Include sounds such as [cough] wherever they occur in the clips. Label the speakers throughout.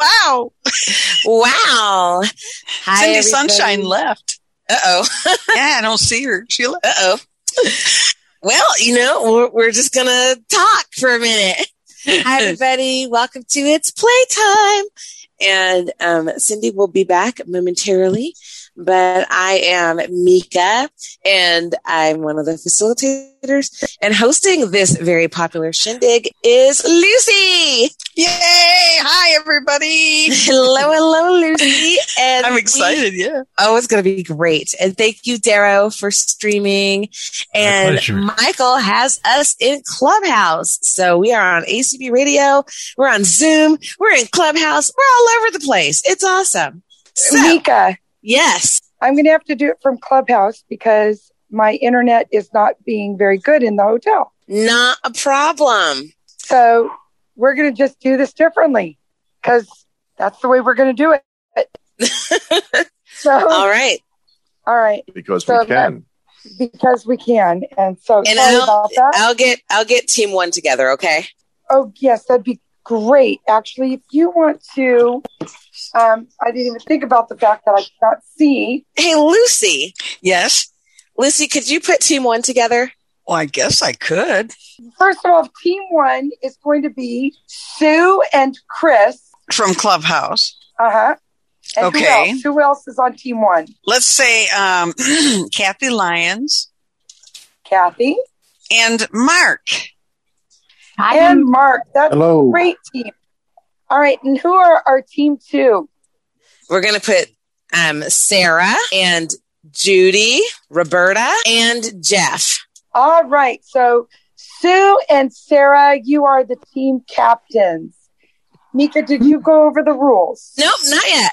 Speaker 1: Wow.
Speaker 2: Wow. Hi,
Speaker 1: Cindy
Speaker 2: everybody.
Speaker 1: Sunshine left.
Speaker 2: Uh
Speaker 1: [laughs]
Speaker 2: oh.
Speaker 1: Yeah, I don't see her. She left.
Speaker 2: Uh oh. well, you know, we're, we're just going to Uh, talk for a minute. Hi, everybody. Welcome to It's Playtime. And um, Cindy will be back momentarily. But I am Mika, and I'm one of the facilitators. And hosting this very popular shindig is Lucy.
Speaker 1: Yay. Hi, everybody.
Speaker 2: Hello, hello, Lucy. And
Speaker 1: I'm
Speaker 2: we-
Speaker 1: excited. Yeah.
Speaker 2: Oh, it's going to be great. And thank you, Darrow, for streaming. And
Speaker 3: pleasure.
Speaker 2: Michael has us in Clubhouse. So we are on ACB Radio. We're on Zoom. We're in Clubhouse. We're all over the place. It's awesome. So,
Speaker 4: Mika,
Speaker 2: yes.
Speaker 4: I'm going to have to do it from Clubhouse because my internet is not being very good in the hotel.
Speaker 2: Not a problem.
Speaker 4: So we're going to just do this differently because that's the way we're going to do it.
Speaker 2: [laughs]
Speaker 4: so, all
Speaker 2: All
Speaker 4: right.
Speaker 2: right.
Speaker 5: because
Speaker 4: So
Speaker 5: we can.
Speaker 4: because we can. And so,
Speaker 2: And
Speaker 4: sorry
Speaker 2: I'll-
Speaker 4: about that.
Speaker 2: I'll get, I'll get team one together. Okay.
Speaker 4: Oh, yes, that'd be great. Actually, if you want to, um, I didn't even think about the fact that I cannot see.
Speaker 2: Hey, Lucy,
Speaker 1: Yes.
Speaker 2: Lucy, could you put team one together?
Speaker 1: Well, I guess I could.
Speaker 4: First of all, team one is going to be Sue and Chris.
Speaker 1: From Clubhouse.
Speaker 4: Uh huh. And who
Speaker 1: Okay.
Speaker 4: else? Who else is on team one?
Speaker 1: Let's say um, [clears throat] Kathy Lyons
Speaker 4: Kathy
Speaker 1: and Mark.
Speaker 4: and Mark. That's a
Speaker 5: Hello.
Speaker 4: great team. All right, and who are our team two?
Speaker 2: We're going to put um, Sarah and Judy, Roberta, and Jeff.
Speaker 4: All right, so Sue and Sarah, you are the team captains. Mika, did you go over the rules?
Speaker 2: Nope, not yet.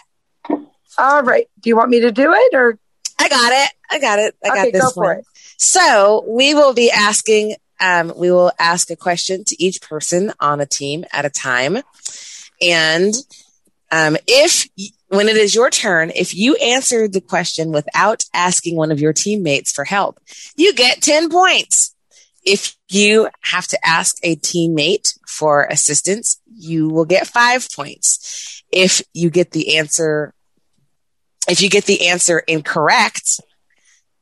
Speaker 4: All right. Do you want me to do it or
Speaker 2: I got it. I got it. I got
Speaker 4: okay,
Speaker 2: this
Speaker 4: go for
Speaker 2: one.
Speaker 4: it?
Speaker 2: So we will be asking, um, we will ask a question to each person on a team at a time. And um, if y- when it is your turn, if you answer the question without asking one of your teammates for help, you get 10 points. If you have to ask a teammate for assistance, you will get five points. If you get the answer, if you get the answer incorrect,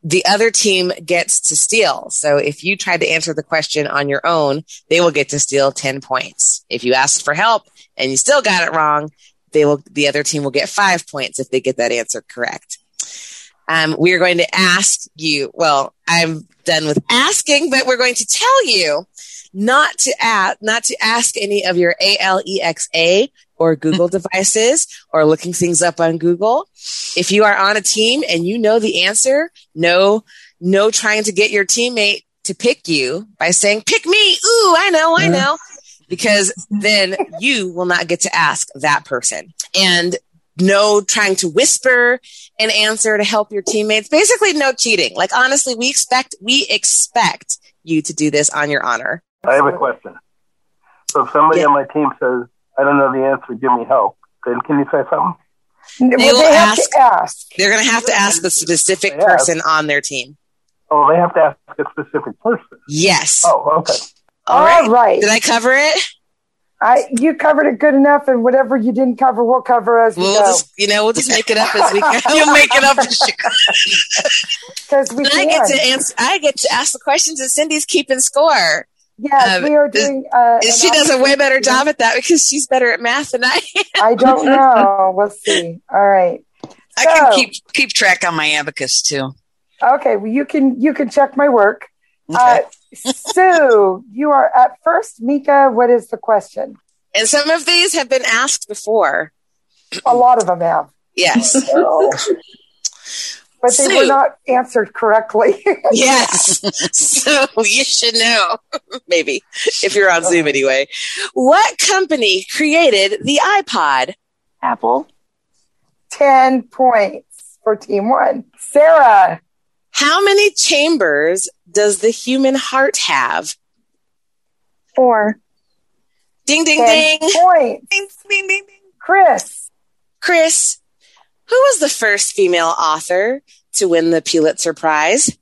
Speaker 2: the other team gets to steal. So if you tried to answer the question on your own, they will get to steal 10 points. If you asked for help and you still got it wrong, they will, the other team will get five points if they get that answer correct. Um, we are going to ask you, well, I'm done with asking, but we're going to tell you not to ask, not to ask any of your ALEXA or Google devices or looking things up on Google. If you are on a team and you know the answer, no no trying to get your teammate to pick you by saying pick me ooh i know i know because then you will not get to ask that person and no trying to whisper an answer to help your teammates basically no cheating like honestly we expect we expect you to do this on your honor
Speaker 6: I have a question. So if somebody
Speaker 2: Yeah.
Speaker 6: on my team says, I don't know the answer, give me help, then can you say something?
Speaker 4: Well, They,
Speaker 2: will
Speaker 4: have
Speaker 2: ask-
Speaker 4: to ask.
Speaker 2: they're going to have to ask the specific
Speaker 6: Yeah.
Speaker 2: person on their team
Speaker 6: Oh, they have to ask a specific person.
Speaker 2: yes
Speaker 6: Oh, okay.
Speaker 2: all right
Speaker 4: All right.
Speaker 2: did i cover it
Speaker 4: I, you covered it good enough, and whatever you didn't cover, we'll cover as we
Speaker 2: we'll
Speaker 4: go.
Speaker 2: just you know we'll just make it
Speaker 4: [laughs]
Speaker 2: up
Speaker 7: [laughs]
Speaker 2: as we go
Speaker 1: You'll make it up as you
Speaker 4: Because we
Speaker 2: And I
Speaker 4: can.
Speaker 2: get to answer. I get to ask the questions, and Cindy's keeping score.
Speaker 4: yes,
Speaker 2: um,
Speaker 4: we are
Speaker 2: is-
Speaker 4: doing. Uh,
Speaker 2: And
Speaker 4: an
Speaker 2: she does a way better
Speaker 4: opportunity.
Speaker 2: job at that because she's better at math than I. am.
Speaker 4: I [laughs] don't know. We'll see. All right.
Speaker 1: I can
Speaker 4: So-
Speaker 1: keep keep track on my abacus too.
Speaker 4: Okay. Well, you can you can check my work. Uh,
Speaker 1: Okay.
Speaker 4: Sue, you are up first. Mika, what is the question?
Speaker 2: And some of these have been asked before.
Speaker 4: A lot of them have,
Speaker 2: Yes,
Speaker 4: but they were
Speaker 2: Sue.
Speaker 4: not answered correctly. [laughs]
Speaker 2: yes. [laughs] so you should know, [laughs] maybe if you're on Zoom anyway. What company created the iPod?
Speaker 4: Apple. Ten points. for team one. Sarah,
Speaker 2: How many chambers does the human heart have?
Speaker 4: four.
Speaker 2: Ding, ding,
Speaker 4: Ten
Speaker 2: ding.
Speaker 4: points.
Speaker 8: Ding, ding, ding, ding.
Speaker 4: Chris,
Speaker 2: Chris, who was the first female author to win the Pulitzer Prize?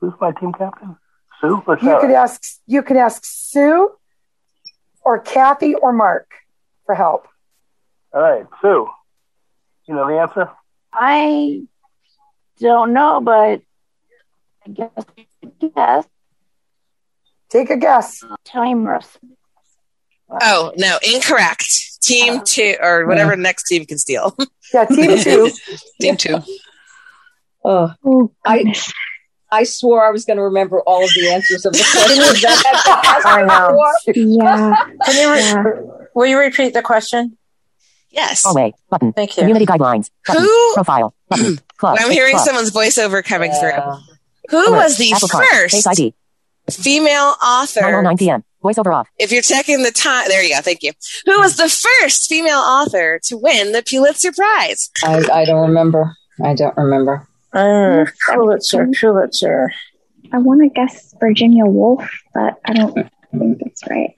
Speaker 9: Who's my team captain? Sue or
Speaker 4: you could
Speaker 9: Sarah?
Speaker 4: ask you could ask Sue or Kathy or Mark for help.
Speaker 9: All right, Sue. You know the answer?
Speaker 10: I don't know, but I guess guess
Speaker 4: Take a guess.
Speaker 10: timers.
Speaker 2: Oh, no, incorrect. Team two, or whatever next team can
Speaker 11: [laughs]
Speaker 2: steal. [laughs]
Speaker 4: Yeah, team two.
Speaker 8: Team two.
Speaker 1: Oh, I I swore I was going to remember all of the answers of the questions that I
Speaker 4: [laughs] I know.
Speaker 7: [laughs] Yeah.
Speaker 11: Can you
Speaker 7: Yeah.
Speaker 11: re- will you repeat the question?
Speaker 2: Yes.
Speaker 12: Hallway. Button.
Speaker 11: Thank you.
Speaker 12: Community guidelines. Button.
Speaker 2: Who?
Speaker 12: Profile. Button. Club.
Speaker 2: I'm hearing
Speaker 12: Club.
Speaker 2: someone's voiceover coming through.
Speaker 1: asked.
Speaker 2: Who
Speaker 12: Alert.
Speaker 2: was the
Speaker 12: Apple Card. Face
Speaker 2: first
Speaker 12: ID.
Speaker 2: female
Speaker 12: 909
Speaker 2: author?
Speaker 12: p.m. Voiceover off.
Speaker 2: If you're checking the time, there you go. Thank you. Who was the first female author to win the Pulitzer Prize?
Speaker 1: I, I don't remember. I don't remember.
Speaker 11: Uh, Pulitzer, Pulitzer.
Speaker 7: I want to guess Virginia Woolf, but I don't think that's right.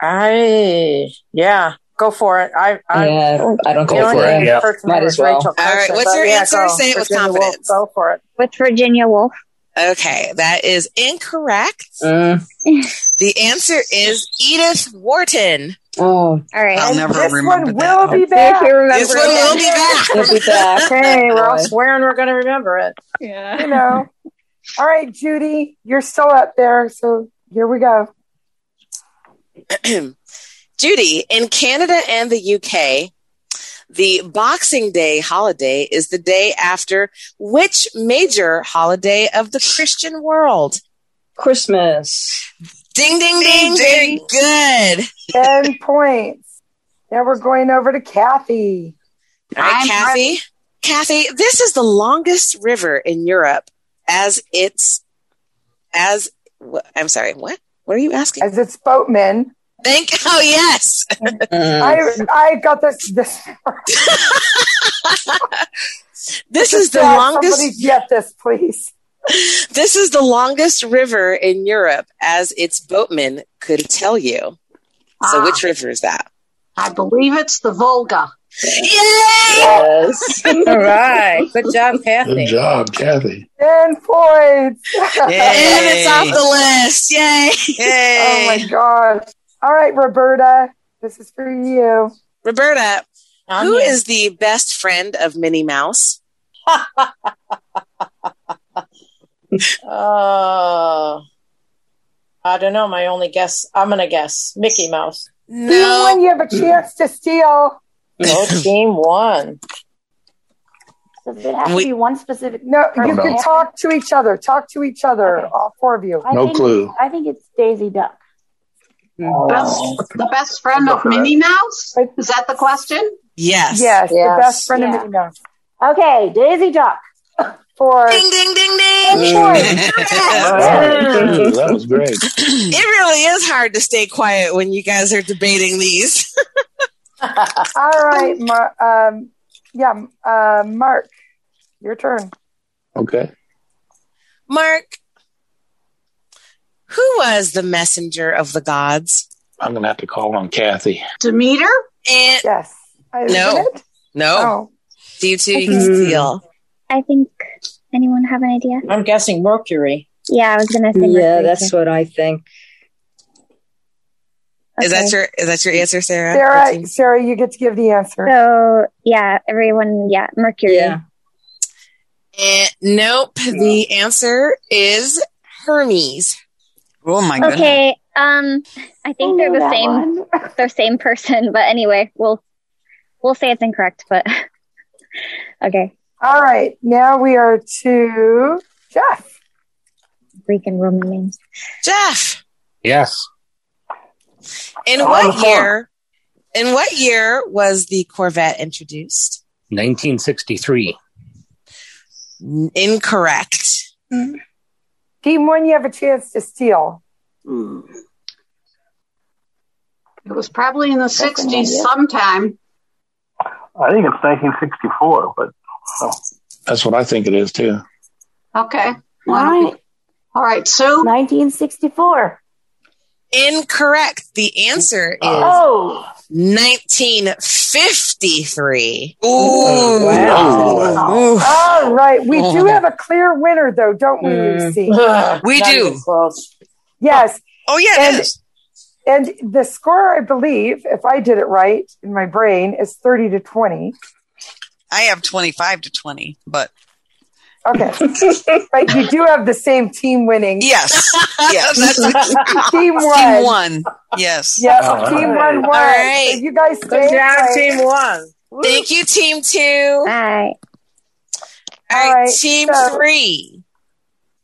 Speaker 11: I yeah, go for it. I I
Speaker 1: yeah, I don't
Speaker 11: the
Speaker 1: think
Speaker 11: only
Speaker 1: I-
Speaker 11: name
Speaker 9: yeah.
Speaker 11: first
Speaker 1: Might
Speaker 11: name
Speaker 1: as
Speaker 11: is
Speaker 1: well.
Speaker 11: Rachel
Speaker 2: All right,
Speaker 11: Carson,
Speaker 2: what's
Speaker 11: but
Speaker 2: your
Speaker 11: yeah,
Speaker 2: answer?
Speaker 11: go.
Speaker 2: Say it with
Speaker 11: Virginia Woolf,
Speaker 2: confidence.
Speaker 11: Go for it.
Speaker 7: With Virginia Woolf.
Speaker 2: Okay, that is incorrect.
Speaker 1: Mm.
Speaker 2: The answer is Edith Wharton.
Speaker 1: Oh,
Speaker 7: All right.
Speaker 8: I'll never
Speaker 4: This
Speaker 8: remember
Speaker 4: one
Speaker 8: that.
Speaker 4: will be
Speaker 7: See if
Speaker 4: back.
Speaker 7: you remember
Speaker 2: This one will
Speaker 7: again.
Speaker 2: be back.
Speaker 1: we'll
Speaker 7: [laughs]
Speaker 1: be back.
Speaker 11: Okay, we're all
Speaker 1: Boy.
Speaker 11: swearing we're going to remember it.
Speaker 4: You know. All right, Judy, you're still up there. So here we go.
Speaker 2: [clears throat] Judy, in Canada and the UK, the Boxing Day holiday is the day after which major holiday of the Christian world?
Speaker 1: Christmas.
Speaker 2: Ding, ding, ding. Very good.
Speaker 4: 10 [laughs] points. Now we're going over to Kathy.
Speaker 2: All right,
Speaker 13: I'm
Speaker 2: Kathy. Kathy, this is the longest river in Europe as it's, as, wh- I'm sorry, what? What are you asking?
Speaker 4: As it's boatman,
Speaker 2: Thank, oh, yes.
Speaker 1: Mm.
Speaker 4: [laughs] I I got this. This,
Speaker 2: [laughs] This is the
Speaker 4: Dad,
Speaker 2: longest
Speaker 4: Somebody get this, please.
Speaker 2: This is the longest river in Europe, as its boatman could tell you. So,
Speaker 10: Ah.
Speaker 2: which river is that?
Speaker 10: I believe it's the Volga.
Speaker 2: Yay!
Speaker 1: yes.
Speaker 11: All right, good job, Kathy.
Speaker 14: Good job, Kathy.
Speaker 4: Ten points.
Speaker 2: And it's off the list. Yay!
Speaker 4: oh my gosh! All right, Roberta, this is for you.
Speaker 2: Roberta,
Speaker 11: I'm
Speaker 2: who
Speaker 11: here.
Speaker 2: is the best friend of Minnie Mouse?
Speaker 11: Uh, I don't know. My only guess. I'm going to guess Mickey Mouse.
Speaker 4: Team one, you have a chance to steal.
Speaker 2: [laughs]
Speaker 11: No team one.
Speaker 10: Does it have
Speaker 2: We-
Speaker 10: to be one specific?
Speaker 4: No,
Speaker 10: person?
Speaker 4: you can talk to each other. Talk to each other,
Speaker 10: Okay.
Speaker 4: all four of you.
Speaker 10: I
Speaker 14: No
Speaker 10: think-
Speaker 14: clue.
Speaker 10: I think it's Daisy Duck.
Speaker 1: Oh.
Speaker 7: The best friend of Minnie Mouse? Is that the question?
Speaker 2: Yes.
Speaker 4: Yes,
Speaker 1: Yes.
Speaker 4: the best friend
Speaker 10: Yeah.
Speaker 4: of Minnie Mouse.
Speaker 10: Okay, Daisy Duck.
Speaker 4: For
Speaker 2: Ding, ding, ding.
Speaker 1: Mm.
Speaker 4: points.
Speaker 2: [laughs] Yes.
Speaker 14: All right. Thank you. That was great.
Speaker 2: It really is hard to stay quiet when you guys are debating these.
Speaker 4: [laughs]
Speaker 2: [laughs]
Speaker 4: All right, Mar- um, yeah, uh, Mark, your turn.
Speaker 14: Okay.
Speaker 2: Mark, who was the messenger of the gods?
Speaker 14: I'm going to have to call on Kathy.
Speaker 7: Demeter?
Speaker 2: And
Speaker 4: Yes. I-
Speaker 2: No.
Speaker 4: isn't it?
Speaker 2: no,
Speaker 4: Oh.
Speaker 1: Mm-hmm.
Speaker 2: you two, you
Speaker 1: Mm.
Speaker 7: Okay.
Speaker 2: can steal.
Speaker 7: I think. Anyone have an idea?
Speaker 11: I'm guessing Mercury.
Speaker 7: Yeah, I was gonna say.
Speaker 1: Yeah,
Speaker 7: Mercury,
Speaker 1: that's
Speaker 7: too.
Speaker 1: what I think.
Speaker 2: Is
Speaker 7: Okay.
Speaker 2: that your is that your answer, Sarah?
Speaker 4: Oh, Sarah,
Speaker 2: That's-
Speaker 4: Sarah, you get to give the answer.
Speaker 7: So yeah, everyone. Yeah, Mercury.
Speaker 1: Yeah.
Speaker 2: Eh, nope. The answer is Hermes.
Speaker 8: Oh my goodness.
Speaker 7: Okay. Um, I think they're the
Speaker 10: That
Speaker 7: same.
Speaker 10: one.
Speaker 7: [laughs] They're same person. But anyway, we'll we'll say it's incorrect.
Speaker 4: [laughs]
Speaker 7: But okay,
Speaker 4: All right, now we are to Jeff.
Speaker 7: Greek and Roman names.
Speaker 2: Jeff,
Speaker 14: Yes.
Speaker 2: in
Speaker 9: I'm on the
Speaker 2: what
Speaker 9: phone.
Speaker 2: year? In what year was the Corvette introduced?
Speaker 14: 1963.
Speaker 2: N- Incorrect.
Speaker 4: Team one, you have a chance to steal.
Speaker 7: Hmm. It was probably in the '60s sometime.
Speaker 9: I think it's 1964, but
Speaker 6: oh.
Speaker 15: That's what I think it is too.
Speaker 3: Okay. All right.
Speaker 2: All right, Sue.
Speaker 3: 1964.
Speaker 2: Incorrect. The answer is
Speaker 3: Oh.
Speaker 2: 1953. Ooh.
Speaker 1: Oh,
Speaker 4: All right. We do have a clear winner, though, don't
Speaker 7: Hmm.
Speaker 4: we,
Speaker 2: Mm.
Speaker 4: Lucy?
Speaker 2: [sighs] We
Speaker 4: Not
Speaker 2: do.
Speaker 4: even close. Yes.
Speaker 1: Oh, yeah,
Speaker 4: and, And the score, I believe, if I did it right in my brain, is 30 to 20.
Speaker 1: I have 25 to 20, but
Speaker 4: Okay. but you do have the same team winning.
Speaker 1: Yes.
Speaker 4: [laughs]
Speaker 1: yes.
Speaker 4: team one.
Speaker 1: Team one. Yes.
Speaker 4: [laughs] Yep. team one
Speaker 1: All
Speaker 4: won.
Speaker 1: right.
Speaker 4: So you guys
Speaker 1: Good
Speaker 4: stay
Speaker 1: job,
Speaker 4: right.
Speaker 1: team one.
Speaker 2: Thank you, team two.
Speaker 16: Bye.
Speaker 2: All right, team
Speaker 4: so-
Speaker 2: three.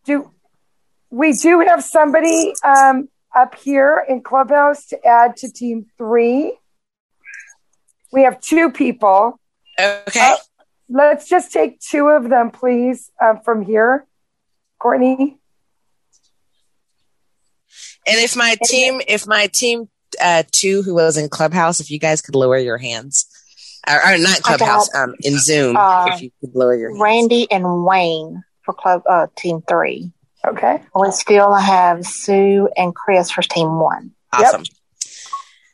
Speaker 4: Do we do have somebody um, up here in Clubhouse to add to team three? We have two people. Uh,
Speaker 2: Okay.
Speaker 4: let's just take two of them, please, um, from here. Courtney.
Speaker 2: And if my team, if my team uh, two who was in Clubhouse, if you guys could lower your hands, or, or not
Speaker 17: I got-
Speaker 2: Clubhouse, um, in Zoom,
Speaker 17: Uh,
Speaker 2: if you could lower your hands.
Speaker 17: Randy and Wayne for club uh, team three.
Speaker 4: Okay.
Speaker 17: We still have Sue and Chris for team one.
Speaker 2: Awesome.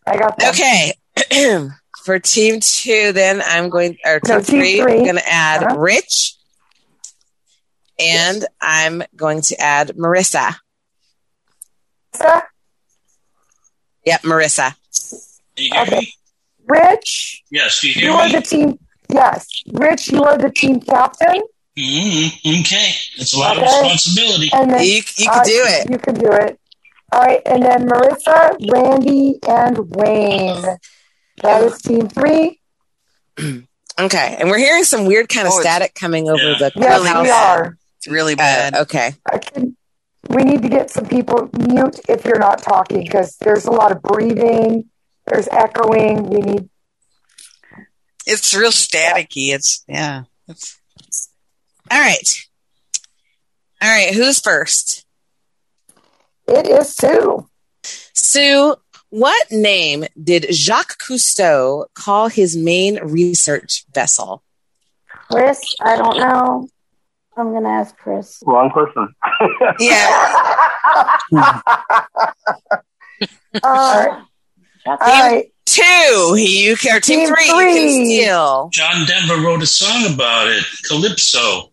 Speaker 4: I got
Speaker 2: that. Okay. [clears throat] For team two, then I'm going, or team,
Speaker 17: No, team
Speaker 2: three,
Speaker 17: three.
Speaker 2: I'm going to add
Speaker 17: Uh-huh.
Speaker 2: Rich. And I'm going to add Marissa.
Speaker 4: Marissa?
Speaker 2: Yep, Marissa.
Speaker 4: Okay. Rich,
Speaker 14: Yes, do you
Speaker 4: you
Speaker 14: hear
Speaker 4: are
Speaker 14: me?
Speaker 4: the team. Yes. Rich, you are the team captain.
Speaker 14: mm Okay, it's a lot
Speaker 4: Okay.
Speaker 14: of responsibility.
Speaker 4: And then, uh, You can do it. All right, and then Marissa, Randy, and Wayne.
Speaker 3: Uh-huh.
Speaker 4: That is team three.
Speaker 2: Okay. And we're hearing some weird kind of static coming over the
Speaker 4: Yes, we
Speaker 2: clubhouse.
Speaker 4: are.
Speaker 2: Oh, It's really bad. okay.
Speaker 4: We need to get some people mute if you're not talking because there's a lot of breathing. There's echoing. We need.
Speaker 1: It's real staticky. It's, yeah. It's,
Speaker 2: All right. All right. Who's first?
Speaker 4: It is Sue.
Speaker 2: Sue, what name did Jacques Cousteau call his main research vessel?
Speaker 3: Chris, I don't know. I'm going to ask
Speaker 2: [laughs]
Speaker 3: Chris.
Speaker 6: Wrong person.
Speaker 4: Uh, All right.
Speaker 3: All
Speaker 4: right.
Speaker 2: Two. You can, or team,
Speaker 4: Team
Speaker 2: three, You
Speaker 4: three.
Speaker 2: can steal.
Speaker 14: John Denver wrote a song about it, Calypso.
Speaker 2: All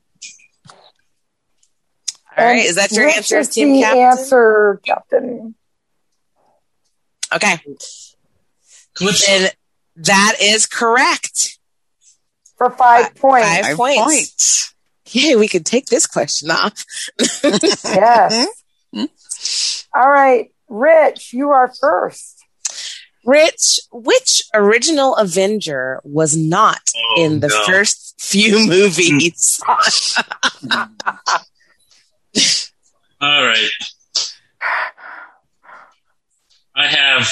Speaker 2: right.
Speaker 4: And
Speaker 2: Is that your
Speaker 4: Rich
Speaker 2: answer,
Speaker 4: is
Speaker 2: team
Speaker 4: the
Speaker 2: captain?
Speaker 4: answer, Captain.
Speaker 2: Okay. Then that is correct.
Speaker 4: For five points.
Speaker 2: Five,
Speaker 4: Five
Speaker 2: points.
Speaker 4: points.
Speaker 2: Yay, we can take this question off.
Speaker 4: [laughs] yes.
Speaker 2: Mm-hmm.
Speaker 4: All right, Rich, you are first.
Speaker 2: Rich, which original Avenger was not in the
Speaker 4: no.
Speaker 2: first few [laughs]
Speaker 1: [laughs]
Speaker 2: movies?
Speaker 14: All right. I have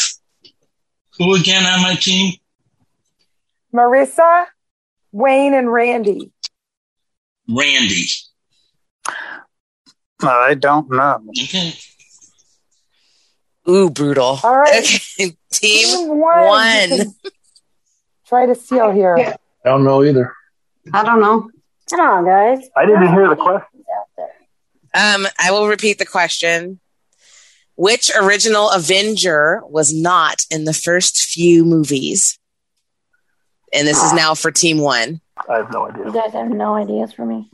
Speaker 14: who again on my team?
Speaker 4: Marissa, Wayne, and Randy.
Speaker 14: Randy.
Speaker 18: I don't know.
Speaker 14: Okay.
Speaker 2: Ooh, brutal.
Speaker 4: All right.
Speaker 2: Okay, [laughs] team,
Speaker 4: one.
Speaker 2: one.
Speaker 4: You can [laughs] Try to seal here.
Speaker 18: I don't know either.
Speaker 3: I don't know. Come on, guys.
Speaker 6: I didn't hear the question.
Speaker 2: Um, I will repeat the question. Which original Avenger was not in the first few movies? And this is now for team one.
Speaker 6: I have no idea.
Speaker 3: You guys have no ideas for me.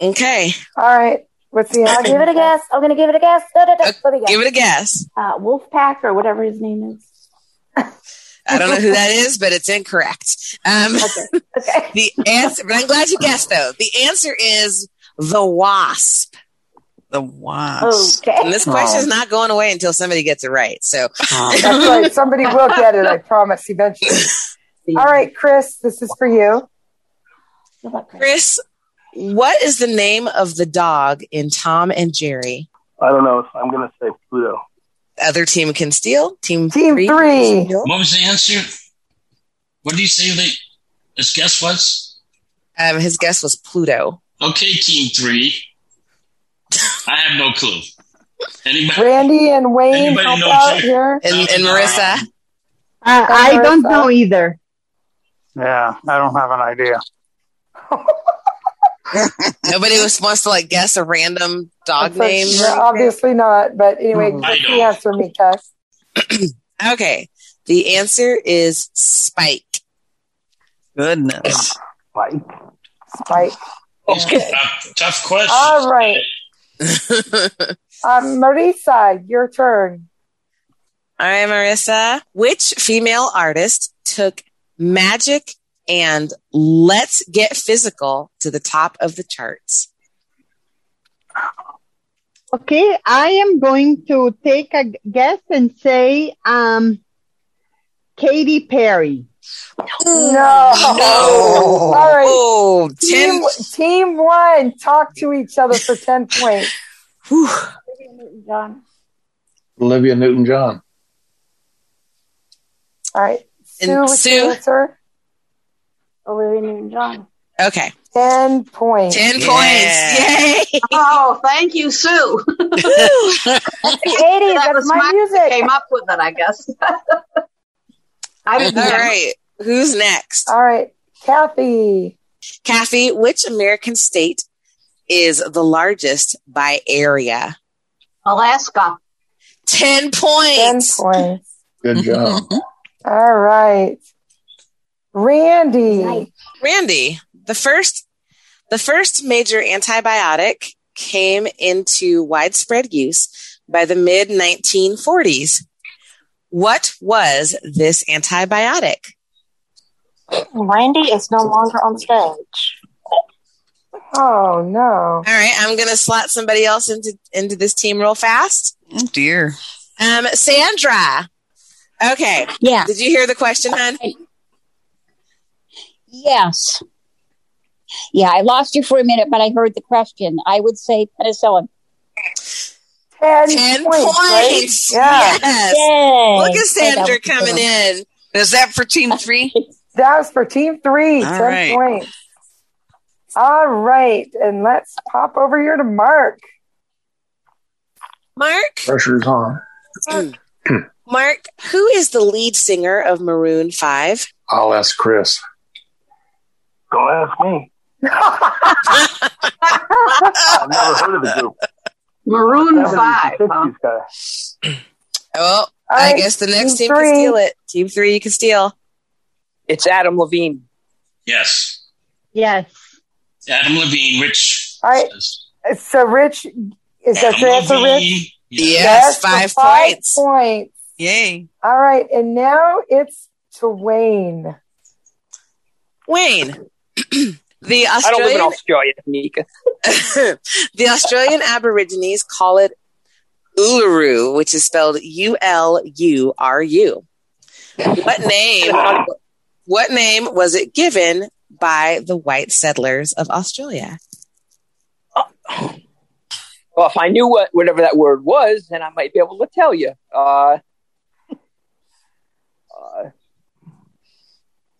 Speaker 2: Okay.
Speaker 4: All right. What's the
Speaker 3: I'll
Speaker 4: answer?
Speaker 3: give it a guess. I'm going to give it a guess. Da, da, da. Let me guess.
Speaker 2: Uh, Give it a guess.
Speaker 3: Uh, Wolfpack or whatever his name is.
Speaker 2: I don't know who
Speaker 4: [laughs]
Speaker 2: that is, but it's incorrect. Um, [laughs] The answer, but I'm glad you guessed though. The answer is the wasp.
Speaker 1: the wasp.
Speaker 2: And this question is not going away until somebody gets it right. So [laughs]
Speaker 4: That's right. Somebody will get it, I promise, eventually. All right, Chris, this is for you.
Speaker 2: Chris, what is the name of the dog in Tom and Jerry?
Speaker 6: I don't know. So I'm going to say Pluto.
Speaker 2: Other team can steal. Team,
Speaker 4: team
Speaker 2: three.
Speaker 4: three.
Speaker 14: What was the answer? What do you say that his guess was?
Speaker 2: Um, his guess was Pluto.
Speaker 14: Okay, team three. I have no clue. Anybody?
Speaker 4: Randy and Wayne
Speaker 14: Anybody
Speaker 4: help
Speaker 14: know
Speaker 4: out
Speaker 14: Jerry?
Speaker 4: here.
Speaker 2: And, and Marissa.
Speaker 8: Uh, I don't know either.
Speaker 18: Yeah, I don't have an idea.
Speaker 2: [laughs] Nobody was wants to like guess a random dog
Speaker 4: But
Speaker 2: name.
Speaker 4: no, obviously not. But anyway,
Speaker 2: Mm. I
Speaker 4: what's the answer, Mika?
Speaker 2: Okay. The answer is Spike.
Speaker 1: Goodness.
Speaker 2: Spike.
Speaker 4: Spike.
Speaker 14: Tough, tough question.
Speaker 4: All right. Um, Marisa, your turn.
Speaker 2: All right, Marissa. Which female artist took magic and let's get physical to the top of the charts?
Speaker 8: Okay, I am going to take a guess and say um, Katy Perry.
Speaker 4: No.
Speaker 8: No.
Speaker 4: All right.
Speaker 2: Oh,
Speaker 4: team, team one, talk to each other
Speaker 2: [laughs]
Speaker 4: for 10 points.
Speaker 3: John.
Speaker 18: Olivia Newton John.
Speaker 4: All right.
Speaker 2: And
Speaker 4: Sue, what's
Speaker 2: Sue?
Speaker 4: your answer?
Speaker 3: Olivia Oh, Newton-John.
Speaker 2: Okay.
Speaker 4: 10 points.
Speaker 2: 10 points. Yay.
Speaker 19: Oh, thank you, Sue. Katie,
Speaker 4: that
Speaker 19: was my music. Came up with it, I guess. I didn't
Speaker 2: All
Speaker 19: know.
Speaker 2: right. Who's next?
Speaker 4: All right. Kathy.
Speaker 2: Kathy, which American state is the largest by area?
Speaker 19: Alaska.
Speaker 2: 10 points.
Speaker 4: 10 points.
Speaker 18: Good job.
Speaker 4: All right. Randy.
Speaker 2: Randy, the first the first major antibiotic came into widespread use by the mid 1940s. What was this antibiotic?
Speaker 17: Randy is no longer on stage.
Speaker 4: Oh no.
Speaker 2: All right, I'm going to slot somebody else into into this team real fast.
Speaker 1: Oh dear.
Speaker 2: Um Sandra. Okay.
Speaker 10: Yeah.
Speaker 2: Did you hear the question, hon?
Speaker 10: Yes. Yeah, I lost you for a minute, but I heard the question. I would say penicillin.
Speaker 4: 10,
Speaker 2: points, right?
Speaker 4: Yeah.
Speaker 2: Yes.
Speaker 10: Yay.
Speaker 2: Look at Sandra coming in.
Speaker 1: Is that for team three?
Speaker 4: That was for team three.
Speaker 1: All
Speaker 4: 10
Speaker 1: right.
Speaker 4: points. All right. And let's pop over here to Mark.
Speaker 2: Mark,
Speaker 18: Pressure's on.
Speaker 2: Mark, who is the lead singer of Maroon 5?
Speaker 18: I'll ask Chris.
Speaker 6: Don't ask me.
Speaker 14: [laughs]
Speaker 6: I've never heard of the group.
Speaker 19: Maroon
Speaker 6: Sounds
Speaker 19: Five.
Speaker 6: like a 60s guy.
Speaker 2: Oh, I
Speaker 19: right,
Speaker 2: guess the next
Speaker 19: team
Speaker 2: team can
Speaker 19: three.
Speaker 2: steal it. Team three, you can steal.
Speaker 20: It's Adam Levine.
Speaker 14: Yes.
Speaker 8: Yes.
Speaker 14: Adam Levine, Rich.
Speaker 4: All right. So Rich, is that your answer, Rich?
Speaker 14: Yes,
Speaker 4: for
Speaker 14: five
Speaker 4: points. points.
Speaker 2: Yay.
Speaker 4: All right. And now it's to Wayne.
Speaker 2: Wayne, [clears throat] the
Speaker 20: I don't live in
Speaker 2: Australian,
Speaker 20: Australia, Nika.
Speaker 2: [laughs] the Australian Aborigines call it Uluru, which is spelled U L U R U. What
Speaker 20: [laughs]
Speaker 2: name? What name was it given by the white settlers of Australia?
Speaker 20: Well, if I knew what whatever that word was, then I might be able to tell you. Uh, uh,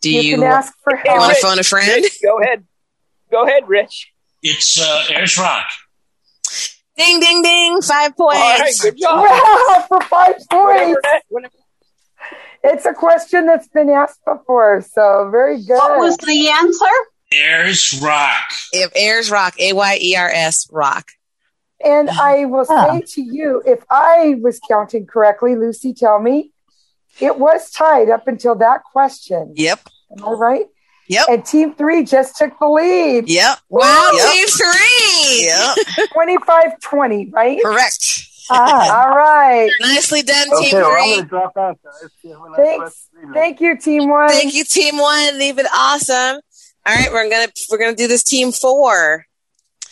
Speaker 2: Do
Speaker 20: You
Speaker 2: you,
Speaker 20: can ask for
Speaker 2: you want
Speaker 20: help.
Speaker 2: to phone a friend?
Speaker 20: Rich, go ahead. Go ahead, Rich.
Speaker 14: It's uh, Ayers Rock.
Speaker 2: Ding, ding, ding. Five points.
Speaker 20: All right, good job.
Speaker 4: Wow, [laughs] for five
Speaker 20: Whatever
Speaker 4: points.
Speaker 20: that- whatever-
Speaker 4: It's a question that's been asked before. So very good.
Speaker 19: What was the answer?
Speaker 14: Ayers Rock.
Speaker 2: If Ayers Rock, A Y E R S Rock.
Speaker 4: And I will say to you, if I was counting correctly, Lucy, tell me, it was tied up until that question.
Speaker 1: Yep.
Speaker 4: Am I right?
Speaker 1: Yep.
Speaker 4: And team three just took the lead.
Speaker 1: Yep.
Speaker 2: Wow, team three.
Speaker 4: Yep. [laughs] 25 20, right?
Speaker 2: Correct.
Speaker 4: Ah, all right.
Speaker 2: [laughs] Nicely done,
Speaker 6: Okay,
Speaker 2: team
Speaker 6: well, I'm
Speaker 2: three.
Speaker 6: gonna drop out, guys. See you when I
Speaker 4: Thanks. Thank you, team one.
Speaker 2: Thank you, team one. Leave it awesome. All right, we're gonna we're gonna do this team four.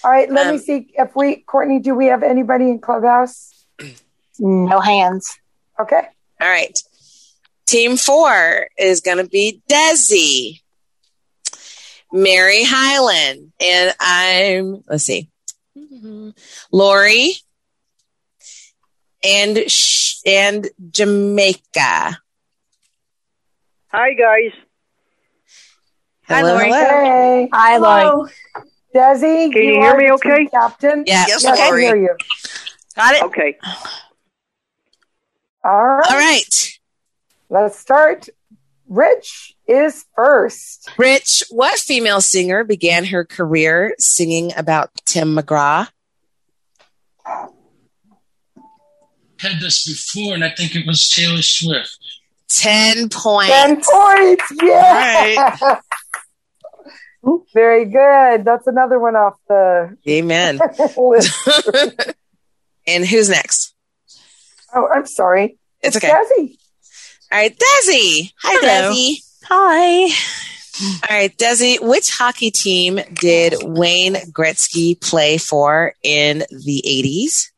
Speaker 4: All right, let
Speaker 2: Um,
Speaker 4: me see if we, Courtney, do we have anybody in Clubhouse?
Speaker 17: No hands.
Speaker 4: Okay.
Speaker 2: All right. Team four is gonna be Desi, Mary Highland, and I'm let's see, Lori, and sh- and Jamaica.
Speaker 21: Hi, guys.
Speaker 2: Hi, Hello, Lori. hello.
Speaker 4: Hey.
Speaker 21: Hi, Lori. Hello.
Speaker 4: Desi,
Speaker 21: Can you
Speaker 4: you
Speaker 21: hear
Speaker 4: are
Speaker 21: me
Speaker 4: the
Speaker 21: okay?
Speaker 4: team captain.
Speaker 21: Yes,
Speaker 4: yes
Speaker 21: Yes,
Speaker 4: I
Speaker 21: Lori.
Speaker 4: hear you.
Speaker 2: Got it.
Speaker 21: Okay.
Speaker 4: All right.
Speaker 2: All right.
Speaker 4: Let's start Rich is first.
Speaker 2: Rich, what female singer began her career singing about Tim McGraw?
Speaker 14: Had this before, and I think it was Taylor Swift.
Speaker 2: 10 points.
Speaker 4: 10 points. Yeah. [laughs] Very good. That's another one off the
Speaker 2: Amen.
Speaker 4: [laughs]
Speaker 2: [laughs]
Speaker 4: list.
Speaker 2: and who's next?
Speaker 4: Oh, I'm sorry.
Speaker 2: It's okay.
Speaker 4: Desi.
Speaker 2: All right, Desi. Hi,
Speaker 7: Hello.
Speaker 2: Desi. Hi. All right, Desi, which hockey team did Wayne Gretzky play for in the 80s?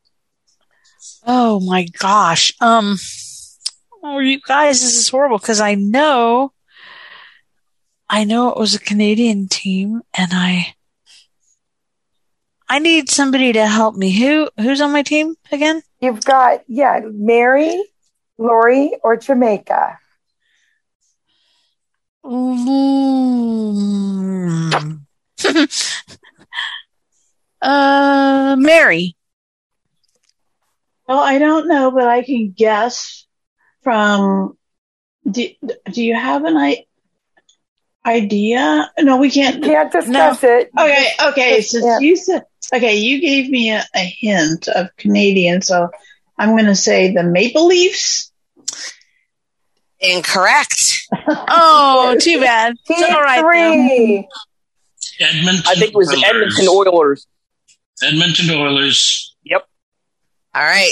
Speaker 7: Oh my gosh. Um oh you guys, this is horrible because I know I know it was a Canadian team and I I need somebody to help me. Who who's on my team again?
Speaker 4: You've got yeah, Mary, Lori, or Jamaica.
Speaker 2: Mm-hmm.
Speaker 7: Mm. [laughs] uh Mary.
Speaker 21: Well, I don't know, but I can guess from. Do, do you have an I, idea? No, we can't.
Speaker 4: Can't discuss it.
Speaker 21: Okay, okay.
Speaker 4: Just-
Speaker 21: Since
Speaker 4: yeah.
Speaker 21: you said, okay, you gave me a, a hint of Canadian, so I'm going to say the Maple Leafs. [laughs]
Speaker 2: Incorrect.
Speaker 7: Oh, too bad. It's all right.
Speaker 4: Three.
Speaker 14: Edmonton.
Speaker 20: I think it was the
Speaker 14: Oilers.
Speaker 20: Edmonton Oilers.
Speaker 14: Edmonton Oilers.
Speaker 20: Yep.
Speaker 2: All right.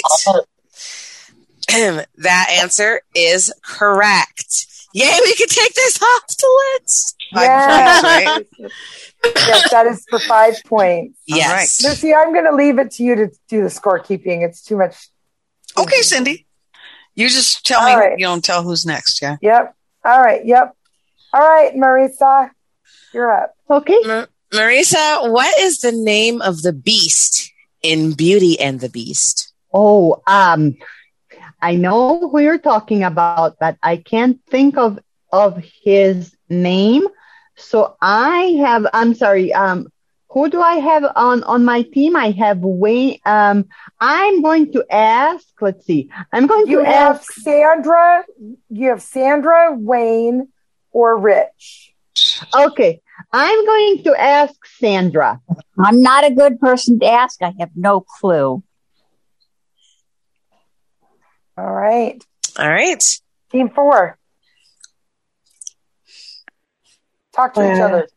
Speaker 2: [clears throat] that answer is correct. Yay, we can take this off the list. Five
Speaker 4: Yes.
Speaker 2: points, right?
Speaker 4: [laughs] yes, that is for five points.
Speaker 2: Yes.
Speaker 4: Lucy, I'm going to leave it to you to do the scorekeeping. It's too much.
Speaker 1: Okay, Cindy. You just tell me.
Speaker 4: All right.
Speaker 1: You don't tell who's next. Yeah.
Speaker 4: Yep. All right. Yep. All right, Marisa, you're up.
Speaker 8: Okay.
Speaker 2: Ma- Marisa, what is the name of the beast in Beauty and the Beast?
Speaker 8: Oh, um, I know who you're talking about, but I can't think of of his name. So I have. I'm sorry. Um, who do I have on on my team? I have Wayne. Um, I'm going to ask. Let's see. I'm going
Speaker 4: You
Speaker 8: to
Speaker 4: have
Speaker 8: ask.
Speaker 4: Sandra, you have Sandra, Wayne, or Rich.
Speaker 8: Okay, I'm going to ask Sandra.
Speaker 10: I'm not a good person to ask. I have no clue.
Speaker 4: All right.
Speaker 2: All right.
Speaker 4: Team four. Talk to each
Speaker 21: Uh,
Speaker 4: other.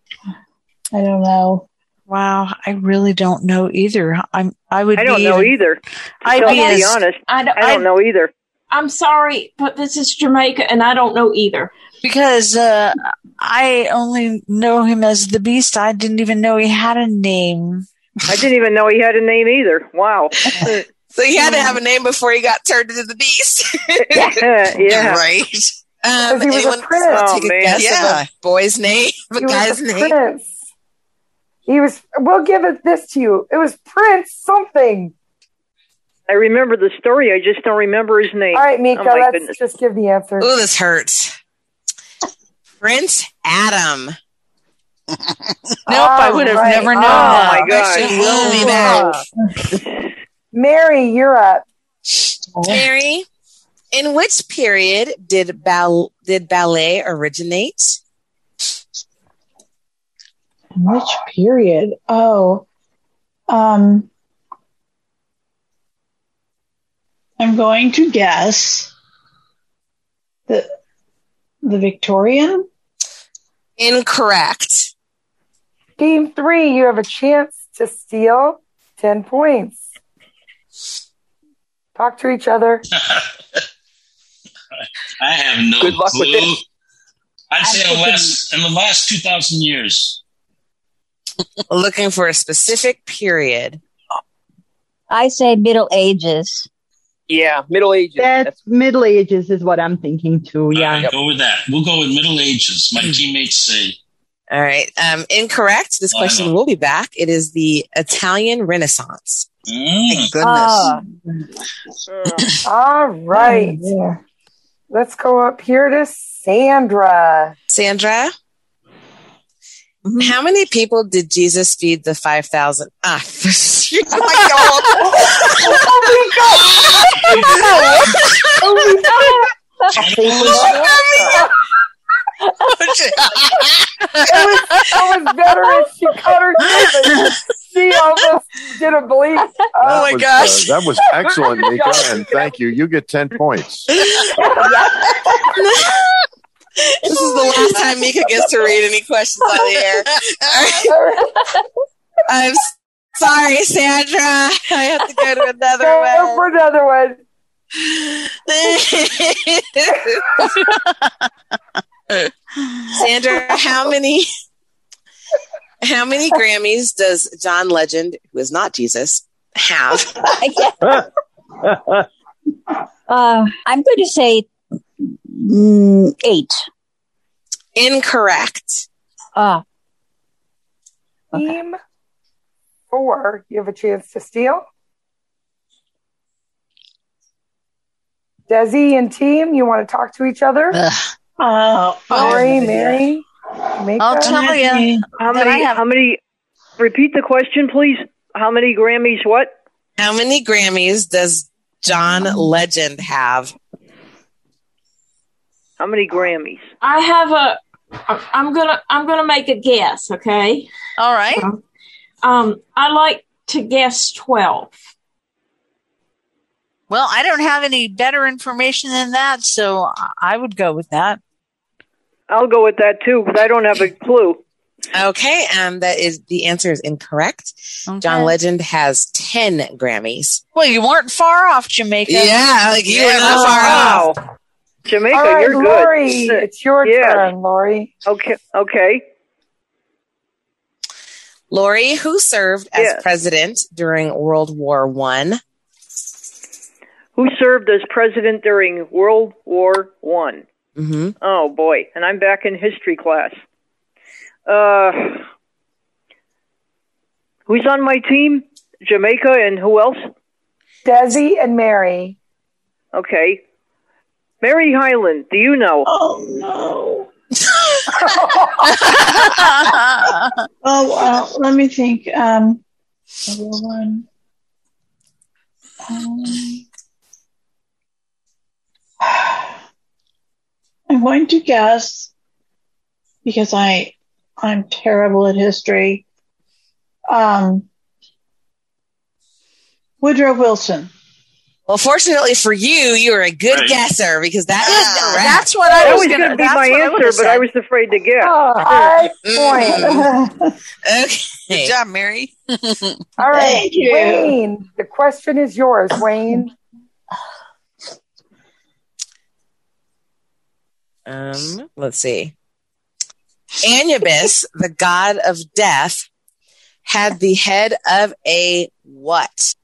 Speaker 21: I don't know.
Speaker 7: Wow, I really don't know either. I'm I would
Speaker 21: I don't
Speaker 7: be
Speaker 21: know
Speaker 7: even-
Speaker 22: either.
Speaker 7: I'd
Speaker 22: to
Speaker 7: be,
Speaker 22: be
Speaker 7: as-
Speaker 22: honest,
Speaker 23: I don't,
Speaker 22: I don't know either.
Speaker 23: I'm sorry, but this is Jamaica, and I don't know either.
Speaker 7: because uh, I only know him as the Beast. I didn't even know he had a name.
Speaker 22: I didn't even know he had a name either. Wow.
Speaker 2: So you had to
Speaker 4: Mm.
Speaker 2: have a name before you got turned into the
Speaker 4: [laughs]
Speaker 2: beast. [laughs] [laughs]
Speaker 22: yeah.
Speaker 2: Right. Um,
Speaker 4: 'Cause he
Speaker 2: anyone
Speaker 4: was a
Speaker 2: else
Speaker 4: prince.
Speaker 2: wanna
Speaker 4: Oh,
Speaker 2: take a
Speaker 22: man.
Speaker 2: guess
Speaker 4: Yeah.
Speaker 2: of a boy's name, of a
Speaker 4: He was
Speaker 2: guy's
Speaker 4: a
Speaker 2: name?
Speaker 4: Prince. He was, we'll give it this to you. It was Prince something.
Speaker 22: I remember the story. I just don't remember his name.
Speaker 4: All right, Mika,
Speaker 22: Oh, my
Speaker 4: let's
Speaker 22: goodness.
Speaker 4: just give the answer.
Speaker 2: Oh, this hurts. Prince Adam.
Speaker 7: [laughs] Nope, I would have
Speaker 4: All right.
Speaker 7: never
Speaker 22: Oh,
Speaker 7: known that.
Speaker 22: my God.
Speaker 2: She will be back.
Speaker 4: [laughs] Mary, you're up.
Speaker 2: Mary, in which period did bal- did ballet originate?
Speaker 21: Which period? Oh, um, I'm going to guess the the Victorian.
Speaker 2: Incorrect.
Speaker 4: Team three, you have a chance to steal 10 points. Talk to each
Speaker 22: [laughs]
Speaker 4: other.
Speaker 14: I have no
Speaker 20: Good luck
Speaker 14: clue.
Speaker 20: with this.
Speaker 14: I'd say
Speaker 20: I'm
Speaker 14: the last in the last two thousand years.
Speaker 2: Looking for a specific period.
Speaker 10: I say Middle Ages.
Speaker 20: Yeah, Middle Ages.
Speaker 8: That's Middle Ages is what I'm thinking too.
Speaker 14: All
Speaker 8: Yeah.
Speaker 14: right, go with that. We'll go with Middle Ages. My teammates say
Speaker 2: All right. Um, incorrect. This
Speaker 14: Wow.
Speaker 2: question will be back. It is the Italian Renaissance.
Speaker 4: Ah.
Speaker 14: Mm.
Speaker 2: Goodness.
Speaker 4: All right. Let's go up here to Sandra.
Speaker 2: Sandra,
Speaker 4: Mm-hmm.
Speaker 2: how many people did Jesus feed the 5,000? Ah, [laughs] you
Speaker 1: Oh
Speaker 2: know
Speaker 4: [laughs]
Speaker 2: I
Speaker 24: Oh,
Speaker 1: [laughs]
Speaker 2: go up.
Speaker 4: it was so much better if she cut her throat. She
Speaker 1: [laughs]
Speaker 4: almost didn't believe.
Speaker 1: Oh
Speaker 25: That was, uh, that
Speaker 1: [laughs]
Speaker 25: was excellent, Nika,
Speaker 4: [laughs]
Speaker 25: and thank you. You get 10 points.
Speaker 2: [laughs] This is the
Speaker 22: Oh
Speaker 2: last time Mika gets to read any questions on the air.
Speaker 22: [laughs]
Speaker 2: I'm s- sorry, Sandra. I have to go to another
Speaker 4: Go
Speaker 2: one.
Speaker 4: for another one.
Speaker 2: [laughs] Sandra, how many how many Grammys does John Legend, who is not Jesus, have?
Speaker 10: Uh, I'm going to say mm, eight.
Speaker 2: Incorrect.
Speaker 10: Ah,
Speaker 4: Team four, you have a chance to steal. Desi and team, you want to talk to each other?
Speaker 21: Oh,
Speaker 4: Lori,
Speaker 21: I'm-
Speaker 4: Mary, Jamaica.
Speaker 21: I'll tell ya.
Speaker 22: How
Speaker 21: Then
Speaker 22: many?
Speaker 21: I have-
Speaker 22: how many? Repeat the question, please. How many Grammys? What?
Speaker 2: How many Grammys does John Legend have?
Speaker 22: How many Grammys?
Speaker 23: I have a. I'm gonna. I'm gonna make a guess. Okay.
Speaker 7: All right.
Speaker 23: Um, I like to guess twelve.
Speaker 7: Well, I don't have any better information than that, so I- I would go with that.
Speaker 22: I'll go with that too, but I don't have a clue.
Speaker 2: Okay, um, that is the answer is incorrect. John Legend has ten Grammys.
Speaker 7: Well, you weren't far off, Jamaica.
Speaker 2: Yeah, like you were not
Speaker 22: Oh,
Speaker 2: far
Speaker 22: wow.
Speaker 2: off.
Speaker 22: Jamaica,
Speaker 4: All right,
Speaker 22: you're good.
Speaker 4: Lori, it's your turn, Lori.
Speaker 22: Okay. Okay.
Speaker 2: Lori, who served as
Speaker 22: Yes.
Speaker 2: president during World War One?
Speaker 22: Who served as president during World War One?
Speaker 2: Mm-hmm.
Speaker 22: Oh boy, and I'm back in history class. Uh, who's on my team? Jamaica and who else?
Speaker 4: Desi and Mary.
Speaker 22: Okay, Mary Highland. Do you know? [laughs]
Speaker 21: Oh no. oh wow. Let me think. Um, other one. Um, I'm going to guess because I I'm terrible at history. Um, Woodrow Wilson.
Speaker 2: Well, fortunately for you, you were a good
Speaker 22: Right.
Speaker 2: guesser because that is correct.
Speaker 7: that's what I
Speaker 22: that
Speaker 7: was
Speaker 22: was
Speaker 7: gonna-
Speaker 22: going to be
Speaker 7: that's
Speaker 22: my
Speaker 7: what I
Speaker 22: answer,
Speaker 7: would've
Speaker 22: but I
Speaker 7: said.
Speaker 22: was afraid to guess.
Speaker 2: Oh.
Speaker 4: high
Speaker 2: Mm. Okay.
Speaker 1: Good job, Mary.
Speaker 4: [laughs] All right,
Speaker 21: Thank you.
Speaker 2: [laughs]
Speaker 4: Wayne. The question is yours, Wayne.
Speaker 2: Um, let's see. Anubis, the god of death, had the head of a what?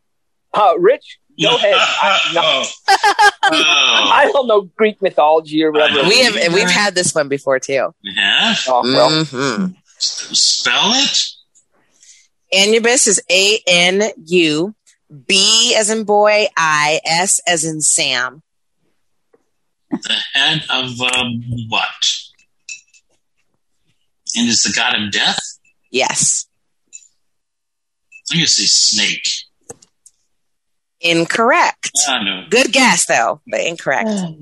Speaker 5: Uh, Rich, go
Speaker 2: [laughs]
Speaker 5: ahead. I, no.
Speaker 20: [laughs]
Speaker 5: I don't know Greek mythology or whatever.
Speaker 2: Oh. We have and we've had this one before too.
Speaker 14: Yeah.
Speaker 5: Oh, well.
Speaker 2: Mhm.
Speaker 14: Spell it.
Speaker 2: Anubis is A N U B as in boy, I S as in Sam.
Speaker 14: The head of um, what? And is the god of death?
Speaker 2: Yes.
Speaker 14: I'm going to say snake.
Speaker 2: Incorrect.
Speaker 14: I know.
Speaker 2: Good guess though, but incorrect.
Speaker 22: Oh,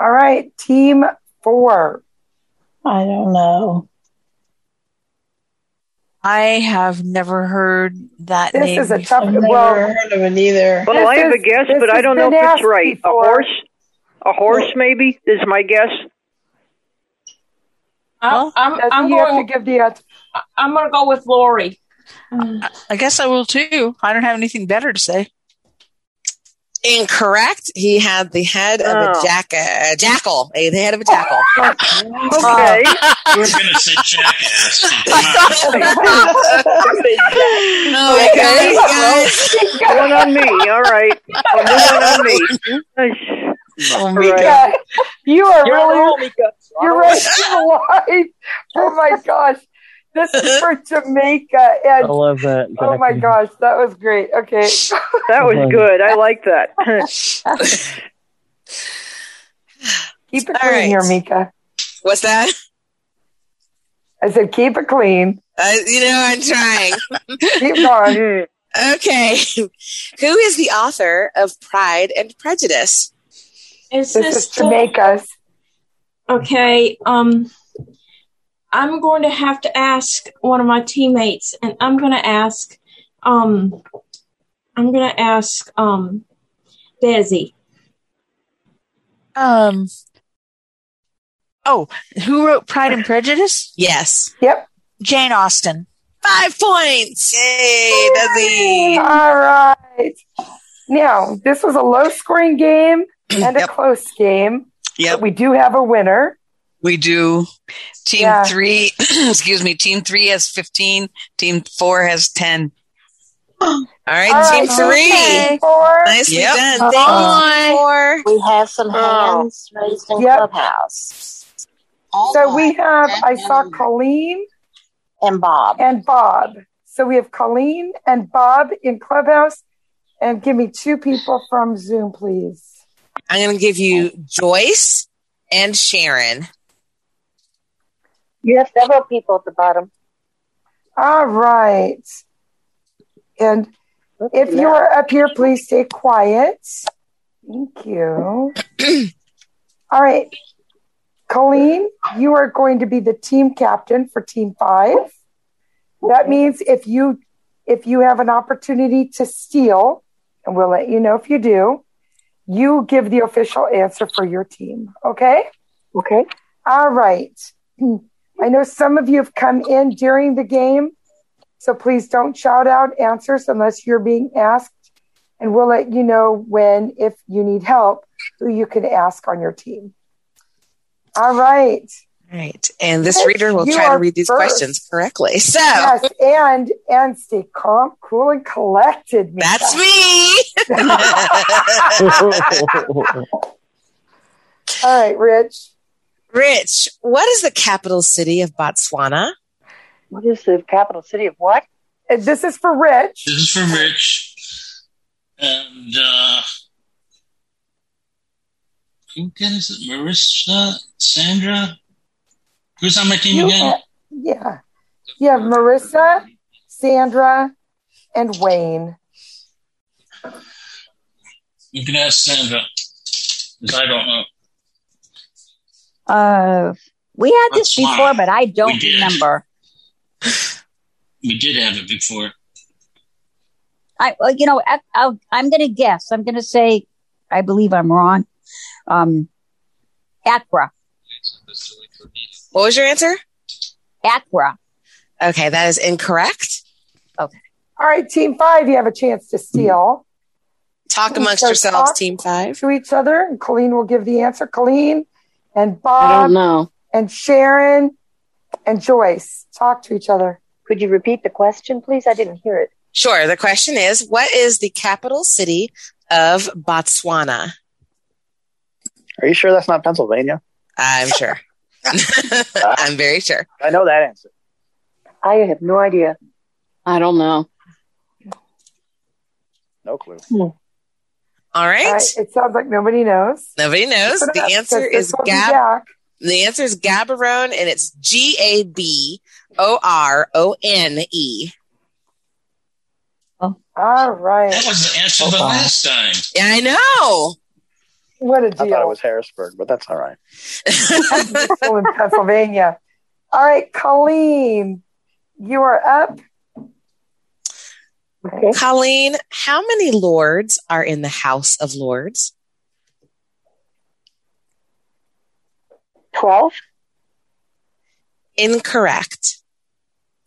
Speaker 4: All right, team four.
Speaker 21: I don't know.
Speaker 7: I have never heard that
Speaker 4: This
Speaker 7: name.
Speaker 4: is a
Speaker 7: before.
Speaker 4: tough.
Speaker 21: I've never
Speaker 4: Well,
Speaker 21: heard of it either.
Speaker 22: Well,
Speaker 4: This
Speaker 22: I have
Speaker 4: is-
Speaker 22: a guess,
Speaker 4: this
Speaker 22: but I
Speaker 4: has
Speaker 22: don't know if
Speaker 4: been
Speaker 22: it's
Speaker 4: asked
Speaker 22: right.
Speaker 4: before.
Speaker 22: A horse? A horse, maybe, is my guess.
Speaker 23: I, I'm.
Speaker 4: Desi,
Speaker 23: I'm
Speaker 4: you
Speaker 23: going.
Speaker 4: have to give the answer.
Speaker 23: I'm gonna go with Lori.
Speaker 7: I guess I will too. I don't have anything better to say.
Speaker 2: Incorrect. He had the head of
Speaker 22: Oh.
Speaker 2: a jack a jackal. A, the head of a jackal.
Speaker 22: Okay.
Speaker 14: I was going to say jackass.
Speaker 4: Oh,
Speaker 2: Oh, okay, guys.
Speaker 22: one on me. All right. One on me.
Speaker 7: Oh,
Speaker 22: All right.
Speaker 4: Yeah, you are
Speaker 5: You're on a
Speaker 4: really
Speaker 5: roll, Mika. You're
Speaker 4: You're
Speaker 5: on a roll.
Speaker 4: right. [laughs] Alive. Oh my gosh. This is for Jamaica. And
Speaker 9: I love that.
Speaker 4: oh my
Speaker 9: Jackie.
Speaker 4: gosh, that was great. Okay.
Speaker 22: That was good. I like that.
Speaker 4: [laughs] Keep it
Speaker 2: All
Speaker 4: clean here,
Speaker 2: right.
Speaker 4: Mika.
Speaker 2: [laughs] What's that?
Speaker 4: I said, keep it clean.
Speaker 2: Uh, you know, I'm trying.
Speaker 4: Keep going.
Speaker 22: Mm.
Speaker 2: okay. Who is the author of Pride and Prejudice?
Speaker 23: Is
Speaker 4: This
Speaker 23: this
Speaker 4: is Jamaica's.
Speaker 23: Okay, um, I'm going to have to ask one of my teammates, and I'm going to ask, um, I'm going to ask, um, Desi.
Speaker 7: Um. Oh, who wrote Pride and Prejudice?
Speaker 2: Yes.
Speaker 4: Yep.
Speaker 7: Jane Austen.
Speaker 2: Five points. Yay, Desi.
Speaker 4: All right. Now, this was a low scoring game and a close game.
Speaker 1: Yep.
Speaker 4: But we do have a winner.
Speaker 1: We do. Team
Speaker 2: [clears throat]
Speaker 4: Yeah.
Speaker 1: three, excuse me, team three has 15, team four has 10.
Speaker 2: All right,
Speaker 1: All
Speaker 2: team
Speaker 1: right,
Speaker 2: three.
Speaker 1: okay.
Speaker 4: Four.
Speaker 2: Nicely
Speaker 1: Yep.
Speaker 2: done. Thank
Speaker 17: Uh-uh.
Speaker 2: you. Four.
Speaker 17: We have some hands raised in
Speaker 4: Oh. Yep.
Speaker 17: Clubhouse.
Speaker 4: so we have, I saw Colleen
Speaker 17: and Bob.
Speaker 4: And Bob. So we have Colleen and Bob in Clubhouse. And give me two people from Zoom, please.
Speaker 2: I'm going to give you Joyce and Sharon.
Speaker 17: You have several people at the bottom.
Speaker 4: All right. And if you are up here, please stay quiet. Thank you. All right. Colleen, you are going to be the team captain for team five. That means if you if you have an opportunity to steal, and we'll let you know if you do, you give the official answer for your team. Okay?
Speaker 17: Okay.
Speaker 4: All right. I know some of you have come in during the game, so please don't shout out answers unless you're being asked, and we'll let you know when, if you need help, who you can ask on your team. All right.
Speaker 2: All right. And this
Speaker 4: Yes,
Speaker 2: reader will
Speaker 4: you
Speaker 2: try to
Speaker 4: are
Speaker 2: read these
Speaker 4: first.
Speaker 2: questions correctly. So
Speaker 4: yes, and and stay calm, cool, and collected. Mika.
Speaker 2: that's me.
Speaker 4: All right, Rich.
Speaker 2: Rich, what is the capital city of Botswana?
Speaker 17: What is the capital city of what?
Speaker 4: Uh, This is for Rich.
Speaker 14: This is for Rich. And uh, who again is it? Marissa, Sandra. Who's on my team
Speaker 4: You
Speaker 14: again?
Speaker 4: ha- yeah. You have Marissa, Sandra, and Wayne.
Speaker 14: You can ask Sandra, 'cause I don't know.
Speaker 10: Uh, we had this
Speaker 14: That's
Speaker 10: before,
Speaker 14: mine.
Speaker 10: but I
Speaker 14: We
Speaker 10: don't
Speaker 14: did.
Speaker 10: remember.
Speaker 14: We did have it before.
Speaker 10: I, well, you know, I, I'll, I'm going to guess. I'm going to say, I believe I'm wrong. Um, Accra,
Speaker 2: What was your answer?
Speaker 10: Accra.
Speaker 2: Okay, that is incorrect.
Speaker 10: Okay.
Speaker 4: All right, team five, you have a chance to steal.
Speaker 2: Talk
Speaker 4: So
Speaker 2: amongst
Speaker 4: talk
Speaker 2: yourselves, team five.
Speaker 4: To each other, and Colleen will give the answer. Colleen and Bob.
Speaker 17: I don't know.
Speaker 4: And Sharon and Joyce talk to each other.
Speaker 17: Could you repeat the question, please? I didn't hear it.
Speaker 2: Sure. The question is what is the capital city of Botswana?
Speaker 9: Are you sure that's not Pennsylvania?
Speaker 2: I'm sure. [laughs] I'm very sure.
Speaker 9: I know that answer.
Speaker 17: I have no idea.
Speaker 26: I don't know.
Speaker 9: No clue.
Speaker 3: Hmm.
Speaker 2: All right.
Speaker 4: All right, it sounds like nobody knows.
Speaker 2: Nobody knows.
Speaker 4: Open
Speaker 2: The
Speaker 4: up,
Speaker 2: answer
Speaker 4: because this
Speaker 2: is
Speaker 4: will be
Speaker 2: Gab.
Speaker 4: back.
Speaker 2: The answer is Gaborone, and it's G A B O R O N E.
Speaker 4: All right.
Speaker 14: That was the answer the last time.
Speaker 2: Yeah, I know.
Speaker 4: What a
Speaker 9: I thought it
Speaker 4: deal.
Speaker 9: was Harrisburg, but that's all right.
Speaker 4: [laughs] Still in Pennsylvania. All right, Colleen, you are up.
Speaker 2: Colleen, how many lords are in the House of Lords?
Speaker 17: 12?
Speaker 2: Incorrect.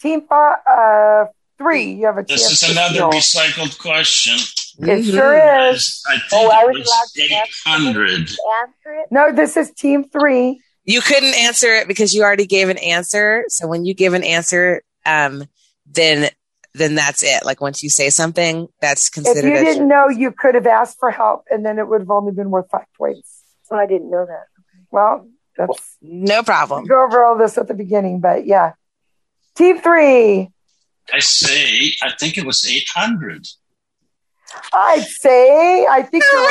Speaker 4: Team five, uh, three, you have a
Speaker 14: This
Speaker 4: chance.
Speaker 14: is
Speaker 4: to
Speaker 14: another
Speaker 4: steal.
Speaker 14: recycled question.
Speaker 4: It sure is.
Speaker 14: I think
Speaker 4: Oh, I
Speaker 14: it
Speaker 4: was
Speaker 14: was 800.
Speaker 4: No, this is team three.
Speaker 2: You couldn't answer it because you already gave an answer. So when you give an answer, um, then then that's it. Like once you say something, that's
Speaker 4: If
Speaker 2: considered.
Speaker 4: you
Speaker 2: as your-
Speaker 4: didn't know, you could have asked for help, and then it would have only been worth five points.
Speaker 17: Oh, I didn't know that.
Speaker 4: Well, that's
Speaker 2: no problem.
Speaker 4: we go over all this at the beginning, but yeah. Team three,
Speaker 14: I say, I think it was 800.
Speaker 4: I'd say. I think you're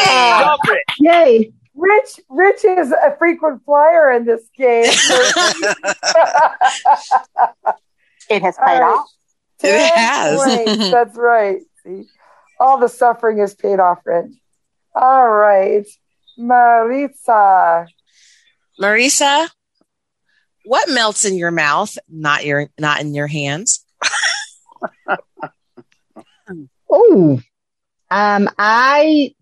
Speaker 4: right. Yeah!
Speaker 8: Yay!
Speaker 4: Rich, Rich is a frequent flyer in this
Speaker 2: [laughs]
Speaker 4: game.
Speaker 17: It has
Speaker 4: All
Speaker 17: paid
Speaker 4: right.
Speaker 17: off.
Speaker 2: It
Speaker 4: Ten
Speaker 2: has. [laughs]
Speaker 4: points. That's right. See, all the suffering is paid off, Rich. All right. Maritza.
Speaker 2: Marisa, what melts in your mouth, not your not in your hands?
Speaker 8: Oh, um, I,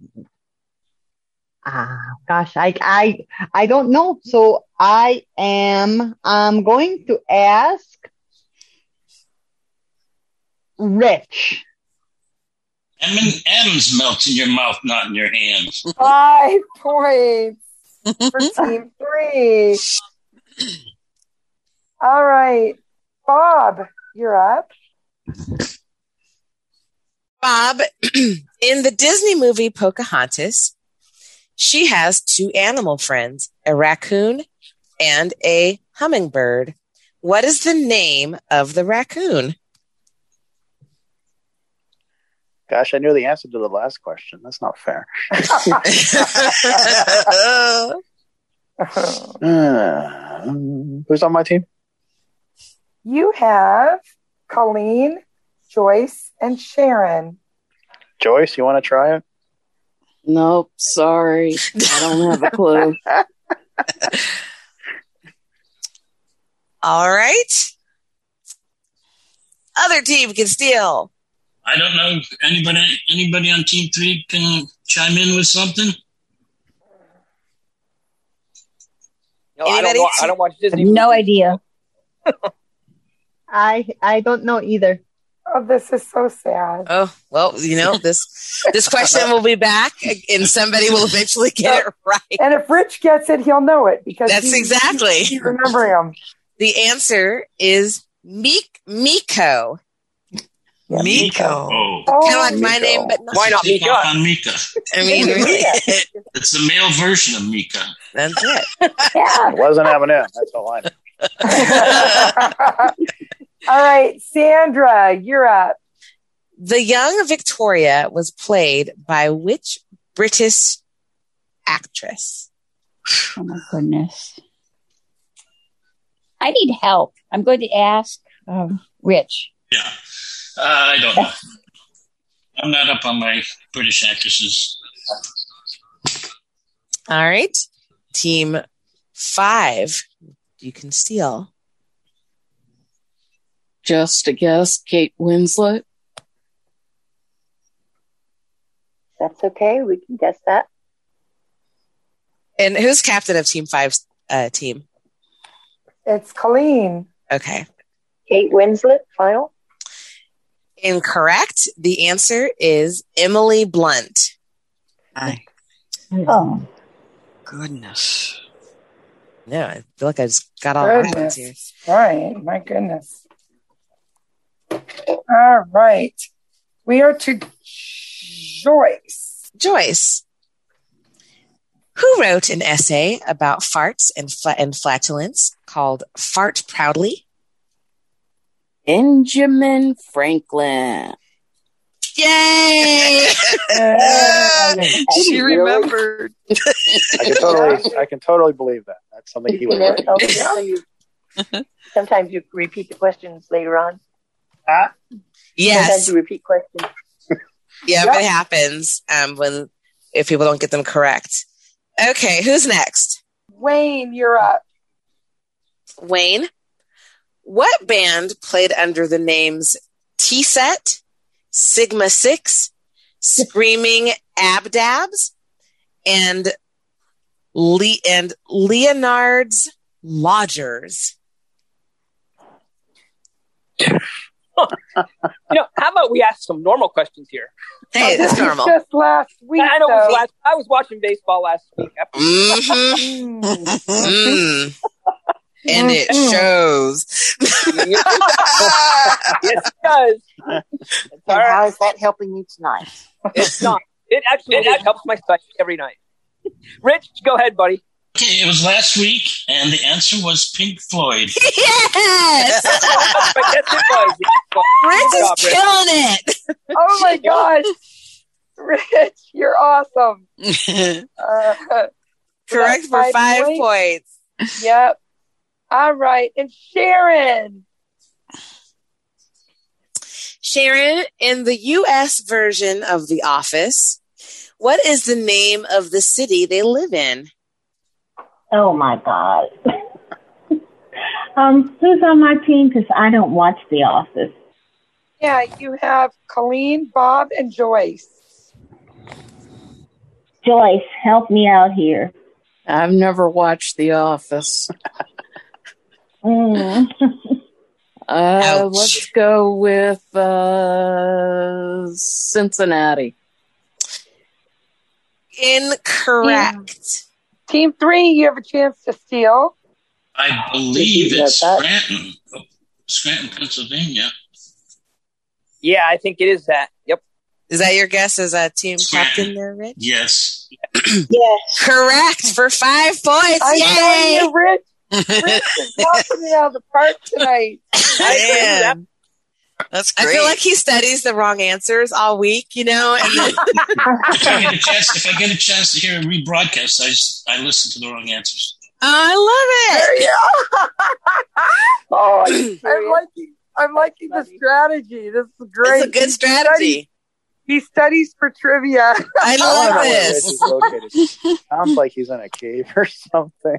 Speaker 8: ah, gosh, I, I, I don't know. So I am, I'm going to ask Rich.
Speaker 14: M and M's melt in your mouth, not in your hands.
Speaker 4: Five [laughs] points for team three. All right. Bob, you're up.
Speaker 2: Bob, [clears throat] in the Disney movie Pocahontas, she has two animal friends, a raccoon and a hummingbird. What is the name of the raccoon? [laughs]
Speaker 9: Gosh, I knew the answer to the last question. That's not
Speaker 2: [laughs]
Speaker 9: fair. Uh, who's on my team?
Speaker 4: You have Colleen, Joyce, and Sharon.
Speaker 9: Joyce, you want to try it?
Speaker 16: Nope, sorry. I don't have a clue.
Speaker 9: [laughs]
Speaker 2: All right. Other team can steal.
Speaker 14: I don't know if anybody anybody on team three can chime in with something.
Speaker 20: No, I don't,
Speaker 8: Anybody?
Speaker 20: wa- I don't watch Disney.
Speaker 10: No idea.
Speaker 8: [laughs] I, I don't know either.
Speaker 4: Oh, this is so sad.
Speaker 2: Oh, well, you know, this this question will be back and somebody will eventually get it right.
Speaker 4: And if Rich gets it, he'll know it because
Speaker 2: That's
Speaker 4: he-
Speaker 2: exactly.
Speaker 4: he- he remember him.
Speaker 2: The answer is Meek Miko.
Speaker 1: Miko.
Speaker 2: Kinda like my Miko. name, but not- Why not Mika?
Speaker 14: On Mika.
Speaker 2: I
Speaker 14: [laughs]
Speaker 2: mean, really.
Speaker 14: It's the male version of Mika.
Speaker 2: That's it.
Speaker 9: It wasn't having it. That's all I know.
Speaker 4: All right, Sandra, you're up.
Speaker 2: The young Victoria was played by which British actress?
Speaker 10: Oh my goodness. I need help. I'm going to ask um, Rich.
Speaker 14: Uh, I don't know. I'm not up on my British actresses.
Speaker 2: All right. Team five, you can steal.
Speaker 16: Just a guess, Kate Winslet.
Speaker 26: That's okay. We can guess that.
Speaker 2: And who's captain of team five's uh, team?
Speaker 4: It's Colleen.
Speaker 2: Okay.
Speaker 26: Kate Winslet, final.
Speaker 2: Incorrect. The answer is Emily Blunt.
Speaker 10: Oh,
Speaker 1: goodness.
Speaker 2: No, I feel like I just got all the hot ones here.
Speaker 4: Goodness. Right. My goodness. All right. We are to [laughs] Joyce.
Speaker 2: Joyce. Who wrote an essay about farts and, fla- and flatulence called Fart Proudly?
Speaker 16: Benjamin Franklin.
Speaker 2: Yay!
Speaker 16: She
Speaker 9: Really?
Speaker 16: remembered.
Speaker 9: I can totally, I can totally believe that. That's something he
Speaker 26: [laughs]
Speaker 9: would
Speaker 26: Yeah,
Speaker 9: write.
Speaker 26: oh, so
Speaker 16: [laughs]
Speaker 26: you- sometimes you repeat the questions later on. Sometimes
Speaker 2: Yes.
Speaker 26: you repeat questions.
Speaker 2: [laughs] Yeah, it happens um, when if people don't get them correct. Okay, who's next?
Speaker 4: Wayne, you're up.
Speaker 2: Wayne. What band played under the names T Set, Sigma Six, Screaming Abdabs, and Le- and Leonard's Lodgers?
Speaker 20: You know, how about we ask some normal questions here?
Speaker 2: Hey, [laughs] that's normal.
Speaker 4: [laughs] Just last week.
Speaker 20: I know it
Speaker 4: though.
Speaker 20: was last. I was watching baseball last
Speaker 2: [laughs]
Speaker 20: week.
Speaker 2: Mm. [laughs] And it shows.
Speaker 20: yes, it
Speaker 4: [laughs]
Speaker 20: does.
Speaker 17: And how is that helping you tonight?
Speaker 20: It's not. It actually it helps my psyche every night. Rich, go ahead, buddy.
Speaker 14: Okay, it was last week, and the answer was Pink Floyd.
Speaker 2: Yes!
Speaker 20: But yes, it was.
Speaker 2: Rich
Speaker 20: Good
Speaker 2: is
Speaker 20: job, Rich.
Speaker 2: killing it.
Speaker 4: Oh
Speaker 2: [laughs]
Speaker 4: my gosh. Rich, you're awesome.
Speaker 2: [laughs]
Speaker 4: Uh,
Speaker 2: Correct for five points.
Speaker 4: Yep. All right. And Sharon.
Speaker 2: Sharon, in the US version of The Office, What is the name of the city they live in?
Speaker 3: Oh my God. [laughs] um, who's on my team? Because I don't watch The Office.
Speaker 4: Yeah, you have Colleen, Bob, and Joyce.
Speaker 3: Joyce, help me out here.
Speaker 16: I've never watched The Office.
Speaker 3: Mm.
Speaker 16: Uh, let's go with uh, Cincinnati.
Speaker 2: Incorrect.
Speaker 4: Team three, you have a chance to steal.
Speaker 14: I believe
Speaker 4: Did you
Speaker 14: it's
Speaker 4: get that?
Speaker 14: Scranton, Scranton, Pennsylvania.
Speaker 20: Yeah, I think it is that. Yep.
Speaker 2: Is that your guess as a team captain
Speaker 14: [clears throat]
Speaker 2: there, Rich?
Speaker 14: Yes.
Speaker 2: Yes. Correct for five points.
Speaker 4: I
Speaker 2: Yay!
Speaker 4: know you, Rich. Rich is knocking it out of the park tonight.
Speaker 2: [laughs] Man.
Speaker 1: That's
Speaker 2: I
Speaker 1: great.
Speaker 2: feel like he studies the wrong answers all week, you know, and then
Speaker 14: [laughs] If I get a chance, if I get a chance to hear a rebroadcast, I just I listen to the wrong answers.
Speaker 2: I
Speaker 4: love it. [laughs] oh, I'm liking, I'm liking the strategy. This is great.
Speaker 2: It's a good
Speaker 4: He
Speaker 2: strategy.
Speaker 4: studies- He studies for [laughs] trivia.
Speaker 2: I
Speaker 9: don't know where Rich is located. Sounds like he's in a cave or something.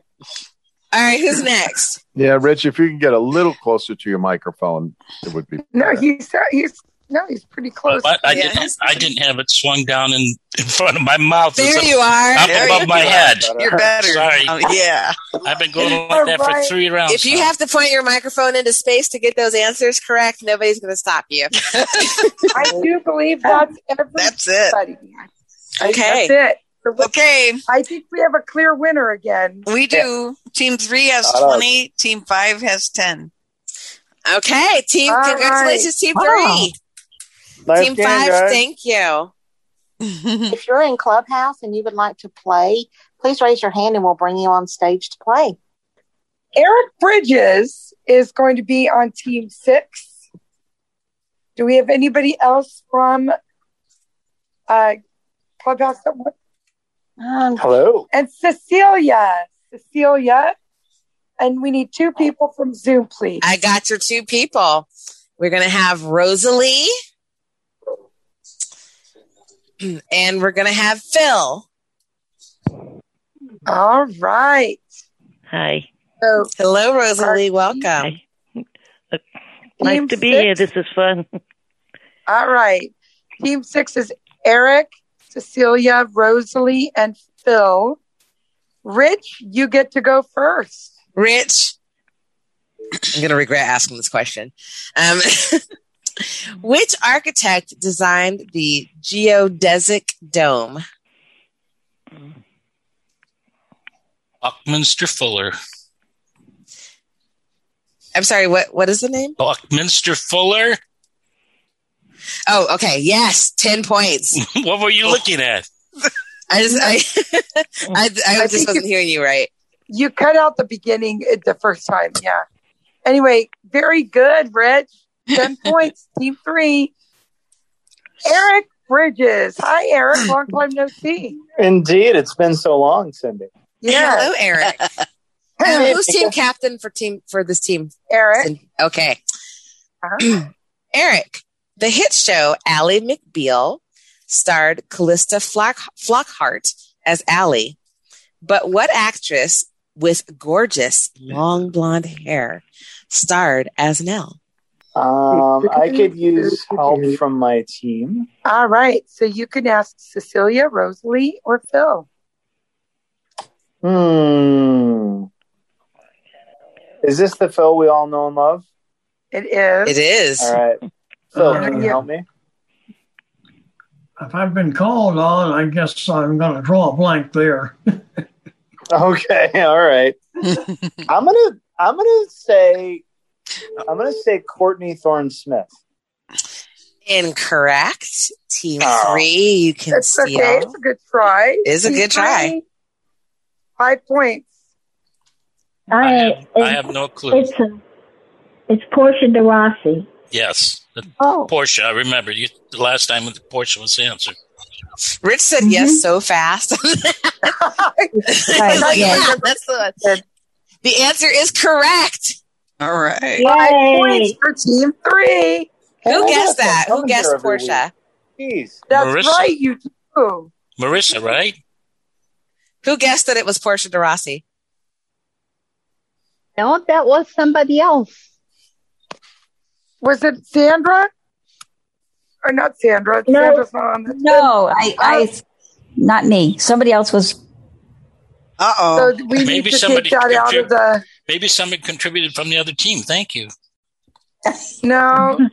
Speaker 2: All right, who's next?
Speaker 25: Yeah, Rich, if you can get a little closer to your microphone, it would be.
Speaker 4: No, he's he's no, he's pretty close.
Speaker 14: But I didn't. I didn't have it swung down in, in front of my mouth. It's
Speaker 4: There
Speaker 14: up-
Speaker 4: you are.
Speaker 14: Up
Speaker 4: There
Speaker 14: above
Speaker 4: you
Speaker 14: my
Speaker 4: are.
Speaker 14: head.
Speaker 4: [laughs] You're better.
Speaker 14: Sorry.
Speaker 4: Oh, yeah.
Speaker 14: I've been [laughs] going like that for three rounds.
Speaker 2: If you
Speaker 14: now.
Speaker 2: have to point your microphone into space to get those answers correct, nobody's going to stop
Speaker 14: [laughs]
Speaker 2: you.
Speaker 4: I do believe that's everybody. That's it.
Speaker 1: Okay.
Speaker 4: That's it.
Speaker 1: Okay.
Speaker 4: I think we have a clear winner again.
Speaker 1: We do. Team three has
Speaker 4: Not us.
Speaker 1: 20, team five has 10.
Speaker 2: Okay, team,
Speaker 1: All
Speaker 2: congratulations,
Speaker 1: right.
Speaker 2: team three.
Speaker 9: Nice
Speaker 2: team
Speaker 9: game,
Speaker 2: five,
Speaker 9: guys.
Speaker 2: thank you.
Speaker 17: if you're in Clubhouse and you would like to play, please raise your hand and we'll bring you on stage to play.
Speaker 4: Eric Bridges is going to be on team six. Do we have anybody else from uh, Clubhouse? That want- Um,
Speaker 9: Hello.
Speaker 4: And Cecilia. Cecilia. And we need two people from Zoom, please.
Speaker 2: I got your two people. We're going to have Rosalie and we're going to have Phil.
Speaker 4: All right.
Speaker 15: Hi.
Speaker 4: So,
Speaker 2: Hello, Rosalie. Welcome.
Speaker 15: Nice
Speaker 4: Team
Speaker 15: to be
Speaker 4: six.
Speaker 15: here. This is fun.
Speaker 4: All right. Team six is Eric, Cecilia, Rosalie, and Phil. Rich, you get to go first.
Speaker 2: Rich. I'm going to regret asking this question. Um, [laughs] which architect designed the geodesic dome?
Speaker 14: Buckminster Fuller.
Speaker 2: I'm sorry, what, what is the name?
Speaker 14: Buckminster Fuller. [laughs]
Speaker 2: Oh, okay. Yes, 10 points.
Speaker 14: what were you looking at?
Speaker 2: I just,
Speaker 4: [laughs]
Speaker 2: I, I, I,
Speaker 4: I
Speaker 2: just
Speaker 4: think
Speaker 2: wasn't
Speaker 4: you-
Speaker 2: hearing you right.
Speaker 4: You cut out the beginning uh, the first time. Yeah. Anyway, very good, Rich.
Speaker 2: [laughs]
Speaker 4: 10 points, team three. Eric Bridges. Hi,
Speaker 2: [clears throat]
Speaker 4: Eric. Long time no see.
Speaker 9: Indeed, it's been so long, Cindy.
Speaker 4: Yeah.
Speaker 2: Hello,
Speaker 4: [laughs]
Speaker 2: Eric. Um, who's team captain for team for this team?
Speaker 4: Eric. Uh-huh.
Speaker 2: Okay. [clears throat] Eric, the hit show Ally McBeal starred Callista Flock- Flockhart as Ally. But what actress with gorgeous long blonde hair starred as Nell?
Speaker 9: Um, I could use help from my team.
Speaker 4: All right. So you can ask Cecilia, Rosalie, or Phil.
Speaker 9: Hmm. Is this the Phil we all know and love?
Speaker 4: It is.
Speaker 2: It is.
Speaker 9: All right. Phil,
Speaker 18: Uh,
Speaker 9: can you
Speaker 18: yeah.
Speaker 9: help
Speaker 4: [laughs]
Speaker 9: me?
Speaker 18: If I've been called on, I guess I'm going to draw a blank
Speaker 6: [laughs]
Speaker 18: there.
Speaker 9: Okay, [laughs]
Speaker 2: [laughs]
Speaker 9: all right. I'm gonna I'm gonna say I'm gonna say Courtney Thorne Smith.
Speaker 2: Incorrect. Team three, you can
Speaker 4: Oh. It's
Speaker 2: steal.
Speaker 4: okay. It's a good try.
Speaker 2: It is a
Speaker 4: Team
Speaker 2: good try.
Speaker 4: three, Five points.
Speaker 3: I,
Speaker 14: I have no clue.
Speaker 3: It's a, it's Portia de Rossi.
Speaker 14: Yes.
Speaker 3: Oh.
Speaker 14: Portia. I remember you the last time with Portia was the answer.
Speaker 2: Rich said
Speaker 8: Mm-hmm.
Speaker 2: yes so fast. [laughs]
Speaker 3: Right,
Speaker 2: Like,
Speaker 3: yes.
Speaker 2: yeah, that's the one. The answer is correct.
Speaker 1: All right.
Speaker 4: Five points for team three.
Speaker 2: Who guessed that? Who guessed Portia?
Speaker 9: Jeez.
Speaker 4: That's
Speaker 14: Marissa.
Speaker 4: right. You do.
Speaker 14: Marissa, right?
Speaker 2: Who guessed that it was Portia de Rossi?
Speaker 8: No, that was somebody else.
Speaker 4: Was
Speaker 17: [laughs]
Speaker 4: it Sandra? Or not Sandra?
Speaker 10: No.
Speaker 4: Sandra's not on the
Speaker 10: No, I, I, not me. Somebody else was.
Speaker 2: Uh
Speaker 4: So we need
Speaker 14: Maybe
Speaker 4: to
Speaker 14: somebody
Speaker 4: take that out
Speaker 14: contrib-
Speaker 4: of the.
Speaker 14: Maybe somebody contributed from the other team. Thank you.
Speaker 3: [laughs]
Speaker 4: No, we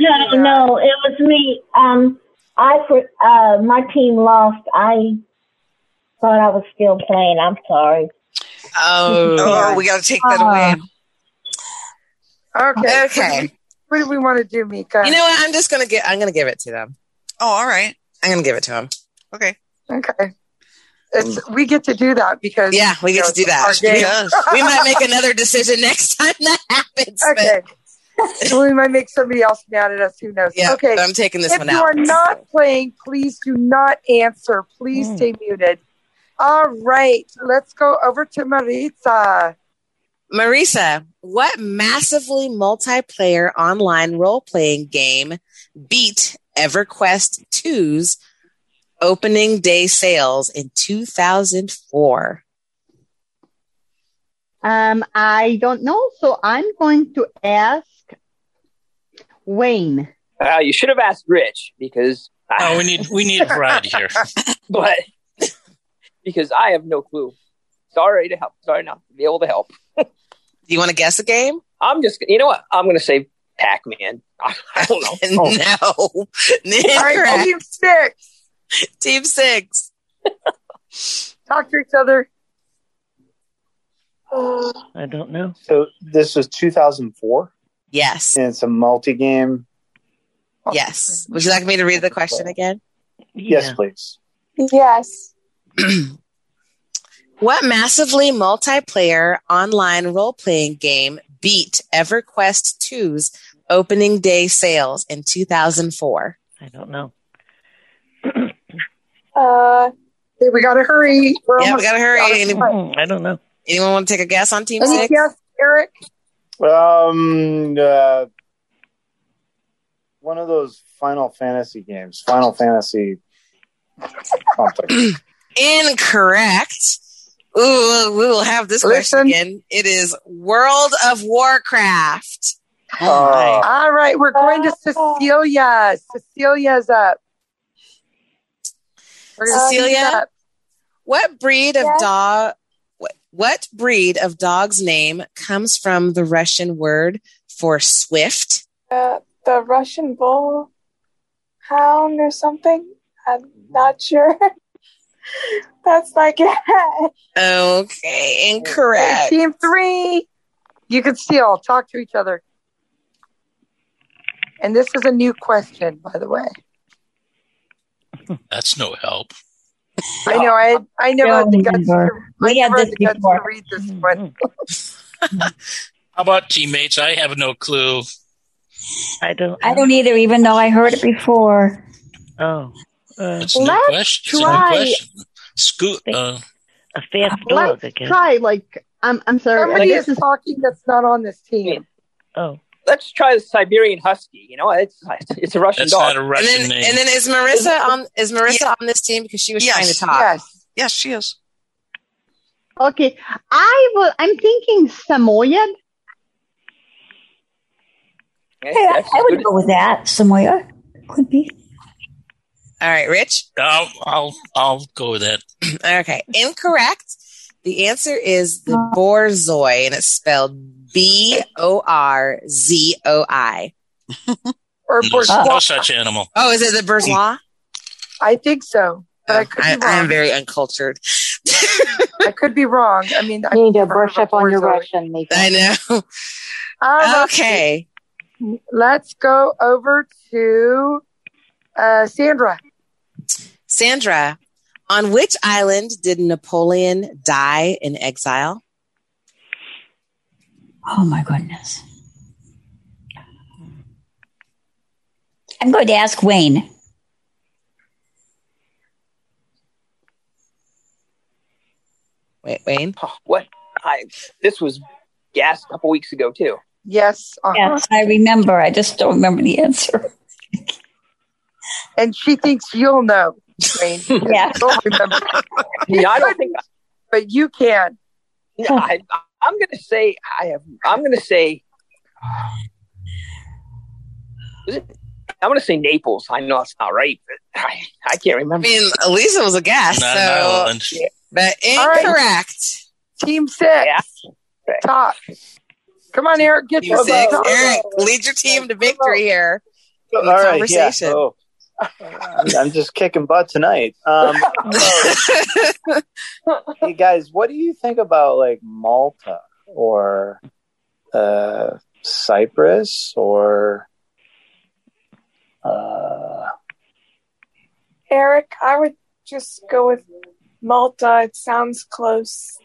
Speaker 3: No,
Speaker 4: do that.
Speaker 3: no, it was me. Um, I for- uh, my team lost. I thought I was still playing. I'm sorry.
Speaker 1: Oh,
Speaker 3: Oh.
Speaker 1: we got to take that away.
Speaker 4: Okay.
Speaker 2: Okay.
Speaker 4: What do we want to do, Mika?
Speaker 2: You know what? I'm just gonna get. I'm gonna give it to them.
Speaker 1: Oh, all right.
Speaker 2: I'm gonna give it to them.
Speaker 1: Okay.
Speaker 4: Okay. It's, we get to do that because
Speaker 2: Yeah, we get to do that.
Speaker 4: Our game.
Speaker 2: Yes. [laughs] we might make another decision next time that happens.
Speaker 4: Okay. [laughs] we might make somebody else mad at us. Who knows?
Speaker 2: Yeah,
Speaker 4: okay.
Speaker 2: but I'm taking this
Speaker 4: if
Speaker 2: one
Speaker 4: you
Speaker 2: out.
Speaker 4: are not playing, please do not answer. Please stay muted. All right. Let's go over to Maritza.
Speaker 2: Marisa, what massively multiplayer online role playing game beat EverQuest 2's opening day sales in 2004?
Speaker 8: Um, I don't know, so I'm going to ask Wayne.
Speaker 20: Uh, you should have asked Rich because
Speaker 14: Oh, we need we need variety here.
Speaker 20: [laughs] but because I have no clue. Sorry to help. Sorry not to be able to help.
Speaker 2: Do [laughs] you want to guess a game?
Speaker 20: I'm just. You know what? I'm going to say Pac-Man. [laughs] I, don't know.
Speaker 2: [laughs] no.
Speaker 4: All right,
Speaker 2: Incorrect.
Speaker 4: team six.
Speaker 2: Team
Speaker 1: [laughs]
Speaker 2: six.
Speaker 4: Talk to each other. Uh,
Speaker 15: I don't know.
Speaker 9: So this was 2004,
Speaker 2: Yes.
Speaker 9: and it's a multi-game.
Speaker 2: Yes. Would you like me to read the question again?
Speaker 9: Yes, please.
Speaker 3: Yes.
Speaker 2: [clears throat] What massively multiplayer online role playing game beat EverQuest 2's opening day sales in 2004?
Speaker 15: I don't know.
Speaker 3: Uh,
Speaker 4: Hey, we got to hurry. We're
Speaker 2: Yeah, we
Speaker 4: almost
Speaker 2: gotta
Speaker 4: out of
Speaker 2: hurry. Any-
Speaker 4: time.
Speaker 15: Mm, I don't know.
Speaker 2: anyone want to take a guess on Team
Speaker 4: Any
Speaker 2: Six?
Speaker 4: guess, Eric?
Speaker 9: Um, uh, one of those Final Fantasy games, Final Fantasy
Speaker 1: [clears throat]
Speaker 9: something.
Speaker 2: Incorrect. Ooh, we will have this question again. It is World of Warcraft.
Speaker 9: Oh.
Speaker 4: All right, we're going to Cecilia. Cecilia's up. We're gonna
Speaker 2: Cecilia?
Speaker 4: speed up.
Speaker 2: Um, What breed of dog? What, what breed of dog's name comes from the Russian word for swift?
Speaker 24: Uh, the Russian bull hound or something. I'm not sure.
Speaker 7: [laughs]
Speaker 24: That's like it.
Speaker 2: Okay, incorrect.
Speaker 4: Team three. You can still talk to each other. And this is a new question, by the way.
Speaker 14: That's no help.
Speaker 4: I know I I never had the guts to, I
Speaker 10: We had
Speaker 4: never had
Speaker 10: this
Speaker 4: the guts to
Speaker 10: before.
Speaker 4: read this one.
Speaker 26: Mm-hmm.
Speaker 14: How about teammates? I have no clue.
Speaker 15: I don't.
Speaker 10: I don't either, even though I heard it before.
Speaker 15: Oh, uh,
Speaker 14: It's a new
Speaker 8: Let's
Speaker 14: question. It's a new
Speaker 8: try-
Speaker 14: question. Scoot. Uh,
Speaker 15: a fast dog,
Speaker 8: Let's
Speaker 15: I guess.
Speaker 8: try. Like I'm. I'm sorry.
Speaker 4: Somebody
Speaker 8: this
Speaker 4: is
Speaker 8: is
Speaker 4: talking that's not on this team.
Speaker 15: Oh,
Speaker 20: Let's try the Siberian Husky. You know, it's it's a Russian
Speaker 14: that's
Speaker 20: dog.
Speaker 14: not a
Speaker 2: And
Speaker 14: Russian
Speaker 2: then,
Speaker 14: name.
Speaker 2: and then is Marissa on? Is Marissa on this team because she was
Speaker 1: Yes.
Speaker 2: trying to talk?
Speaker 4: Yes.
Speaker 1: Yes, she is.
Speaker 8: okay. I will. I'm thinking Samoyed.
Speaker 20: Yeah,
Speaker 10: Hey, I,
Speaker 20: that's
Speaker 10: I would
Speaker 20: good.
Speaker 10: go with that. Samoya could be.
Speaker 2: All right, Rich.
Speaker 14: I'll, I'll I'll go with that.
Speaker 2: [clears throat] Okay, incorrect. The answer is the
Speaker 4: Oh.
Speaker 2: borzoi, and it's spelled B O R Z O I.
Speaker 4: [laughs] Or
Speaker 14: No,
Speaker 4: bourgeois.
Speaker 14: no such animal.
Speaker 2: Oh, is it the bourgeois?
Speaker 4: [laughs] I think so. But I could
Speaker 2: I,
Speaker 4: be
Speaker 2: I am
Speaker 4: wrong.
Speaker 2: very uncultured.
Speaker 4: I could be wrong. I mean, I
Speaker 26: You need to brush up on your Russian, Mika.
Speaker 2: I know. Okay.
Speaker 4: Ah, Let's go over to uh, Sandra.
Speaker 2: Sandra, on which island did Napoleon die in exile?
Speaker 10: Oh my goodness. I'm going to ask Wayne.
Speaker 2: Wait, Wayne.
Speaker 20: [laughs] Oh, what? I this was gas a couple weeks ago
Speaker 2: [laughs]
Speaker 20: too.
Speaker 4: Yes. uh-huh.
Speaker 10: Yes, I remember. I just don't remember the answer.
Speaker 4: And she thinks you'll know.
Speaker 20: [laughs]
Speaker 4: Green.
Speaker 20: Yeah.
Speaker 4: Don't remember.
Speaker 20: [laughs] Yeah, I don't think.
Speaker 4: But you can.
Speaker 20: Yeah, I, I'm going to say I have. I'm going to say. Is it- I'm going to say Naples. I know it's not right, but I, I can't remember.
Speaker 2: I mean, Elisa was a guess,
Speaker 20: Not
Speaker 2: so
Speaker 20: Ireland.
Speaker 2: but
Speaker 4: All right.
Speaker 2: incorrect.
Speaker 4: Team six. Talk. Come on, Eric. Get
Speaker 2: Team
Speaker 4: the
Speaker 2: six.
Speaker 4: talk.
Speaker 2: Eric, lead your team to victory here in the
Speaker 9: All right,
Speaker 2: conversation.
Speaker 9: yeah. Oh. I'm, [laughs] I'm just kicking butt tonight.
Speaker 27: [laughs]
Speaker 9: Um,
Speaker 1: [laughs]
Speaker 9: hey guys, what do you think about like Malta or uh, Cyprus or uh,
Speaker 7: Eric, I would just go with Malta. It sounds close,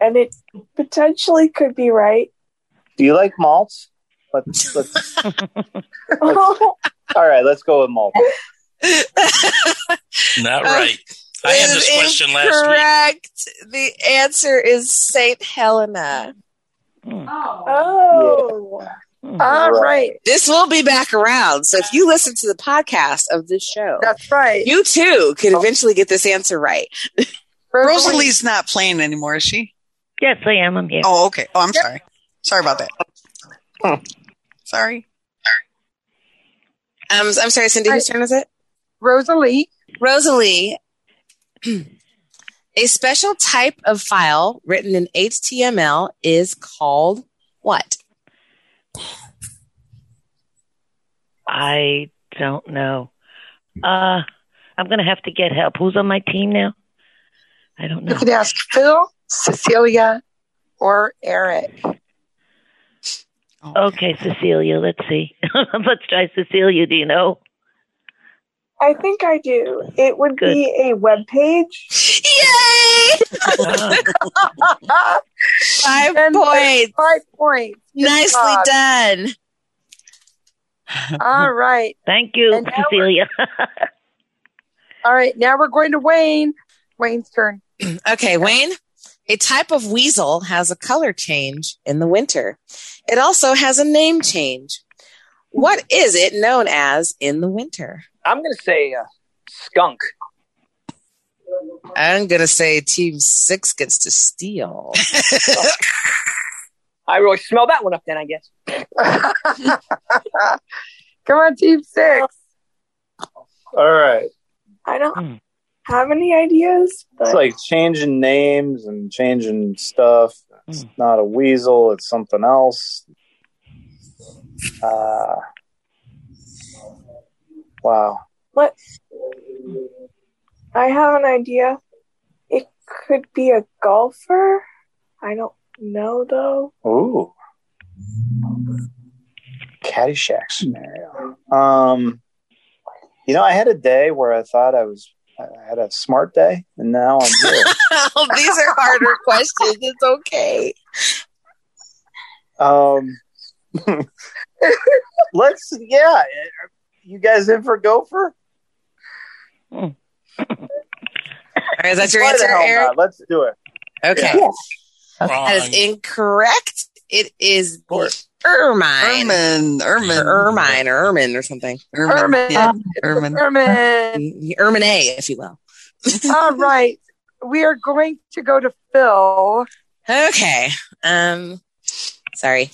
Speaker 7: and it potentially could be right.
Speaker 9: do you like malts?
Speaker 2: [laughs]
Speaker 9: Let's, let's, let's- all right, let's go with Malta.
Speaker 2: Oh.
Speaker 14: Not
Speaker 2: Uh,
Speaker 14: right. I had this question last week.
Speaker 2: Correct. The answer is Saint Helena.
Speaker 1: Hmm.
Speaker 7: Oh.
Speaker 1: Ah,
Speaker 2: All
Speaker 7: Right.
Speaker 2: right. This will be back around. So if you listen to the podcast of this show,
Speaker 4: that's right.
Speaker 2: You too could eventually get this answer right.
Speaker 27: Rosalie's not playing anymore, is she?
Speaker 1: Yes, I am. I'm here.
Speaker 27: Oh, okay. Oh, I'm sorry. Sorry about that. Sorry.
Speaker 2: Um, I'm sorry, Cindy, whose turn is it?
Speaker 4: Rosalie.
Speaker 2: Rosalie. [clears throat] A special type of file written in HTML is called what?
Speaker 1: I don't know. Uh, I'm going to have to get help. Who's on my team now? I don't know.
Speaker 4: You could ask Phil, Cecilia, or
Speaker 20: [laughs]
Speaker 4: Eric.
Speaker 1: Okay, Cecilia, let's see. [laughs] let's try Cecilia, do you know?
Speaker 7: I think I do. It would
Speaker 1: Good.
Speaker 7: be a web page.
Speaker 1: Uh,
Speaker 2: Five
Speaker 4: points. Five points. Good
Speaker 2: Nicely
Speaker 4: job.
Speaker 2: done.
Speaker 4: All right.
Speaker 1: Thank you,
Speaker 4: And now we're-
Speaker 1: Cecilia.
Speaker 4: [laughs] All right. Now we're going to Wayne. Wayne's turn.
Speaker 2: [clears throat] Okay, Wayne. A type of weasel has a color change in the winter. It also has a name change. What is it known as in the winter?
Speaker 20: I'm going to say uh, skunk.
Speaker 2: I'm going to say Team Six gets
Speaker 27: [laughs]
Speaker 2: to steal.
Speaker 20: I really smell that one up then, I
Speaker 2: [laughs]
Speaker 20: guess. [laughs]
Speaker 4: Come on, Team Six.
Speaker 9: All right,
Speaker 7: I don't have any ideas,
Speaker 9: Hmm.
Speaker 7: but
Speaker 9: it's like changing names and changing stuff. It's not a weasel; it's something else. Uh, wow.
Speaker 7: what? I have an idea. It could be a golfer. I don't know though.
Speaker 9: Ooh. Caddyshack scenario. Um, you know, I had a day where I thought I was, I had a smart day, and now I'm here.
Speaker 2: Oh, These are
Speaker 4: [laughs]
Speaker 2: harder questions. It's okay.
Speaker 4: [laughs]
Speaker 9: um, let's, yeah. You guys in for Gopher?
Speaker 2: is that your
Speaker 9: Why the
Speaker 2: answer,
Speaker 9: hell not?
Speaker 2: Eric?
Speaker 9: Let's do it.
Speaker 2: Okay.
Speaker 9: Yeah.
Speaker 2: That is incorrect. It is the Ermine.
Speaker 27: Ermine. Ermine.
Speaker 2: Or Ermine or Ermine or something.
Speaker 27: Ermine. Ermine. Yeah. Ermine.
Speaker 4: Ermine.
Speaker 2: Ermine A, if you will.
Speaker 4: All right. We are going to go to Phil.
Speaker 2: Okay. Um sorry.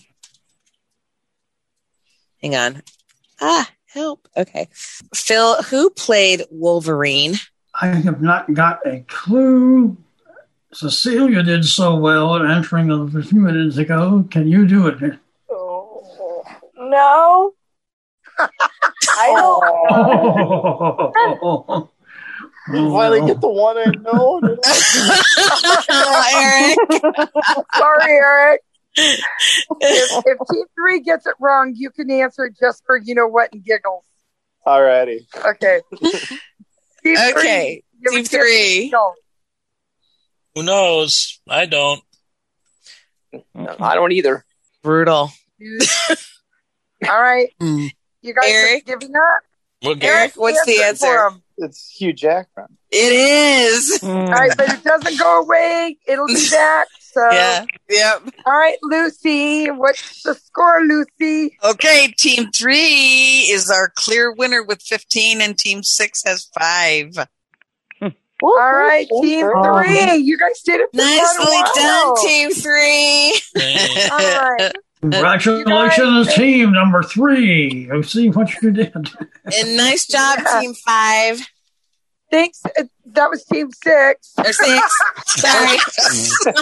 Speaker 2: Hang on. Ah, help. Okay. Phil, who played Wolverine?
Speaker 18: I have not got a clue. Cecilia did so well at answering of a few minutes ago. Can you do it?
Speaker 7: No.
Speaker 4: Oh, I don't.
Speaker 9: [laughs]
Speaker 18: Oh,
Speaker 9: Finally get the one I know.
Speaker 2: Oh,
Speaker 4: [laughs] Sorry, Eric. If, if Team Three gets it wrong, you can answer it just for you know what and giggles.
Speaker 9: Alrighty.
Speaker 4: Okay. Team
Speaker 2: Okay,
Speaker 4: Three. Team Three. No.
Speaker 14: Who knows? I don't.
Speaker 20: I don't either.
Speaker 2: Brutal.
Speaker 4: All right.
Speaker 27: Mm.
Speaker 4: You guys
Speaker 2: Eric?
Speaker 4: are giving up.
Speaker 14: We'll
Speaker 2: get Eric, it. what's the
Speaker 4: Answer for
Speaker 2: answer?
Speaker 4: 'em.
Speaker 9: It's Hugh Jackman.
Speaker 2: It is.
Speaker 4: All right, but it doesn't go away. It'll be back.
Speaker 2: [laughs]
Speaker 4: So
Speaker 27: Yeah. Yep.
Speaker 4: All right, Lucy. What's the score, Lucy?
Speaker 27: Okay, team three is our clear winner with 15, and team six has five.
Speaker 4: All right, team three. You guys did it. for
Speaker 2: Nicely
Speaker 4: quite a
Speaker 2: done,
Speaker 4: while.
Speaker 2: team three.
Speaker 4: [laughs] All right.
Speaker 18: Congratulations, team number three. I see what you did.
Speaker 2: And nice job, team five.
Speaker 4: Thanks. Uh, That was team six.
Speaker 2: six.
Speaker 4: [laughs]
Speaker 2: Sorry.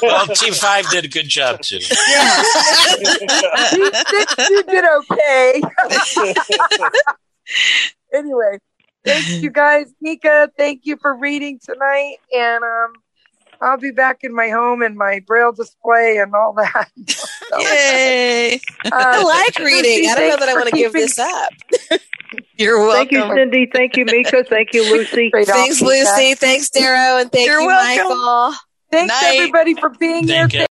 Speaker 6: [laughs] well, Team Five did a good job too.
Speaker 4: team six, you did
Speaker 2: [laughs]
Speaker 4: okay. anyway, thank you guys. Nika, thank you for reading tonight. And um, I'll be back in my home and my braille display and all that. [laughs] Uh,
Speaker 2: Yay. I like reading. I don't know that I want to give this up. You're
Speaker 22: Thank you, Cindy. Thank you, Mika. Thank
Speaker 4: [laughs]
Speaker 22: you, Lucy.
Speaker 2: Thanks, Lucy. Thanks, Darrow. And thank
Speaker 4: You're
Speaker 2: you,
Speaker 4: welcome.
Speaker 2: Michael.
Speaker 4: Thanks, everybody, for being
Speaker 2: Thank
Speaker 4: here.
Speaker 2: you.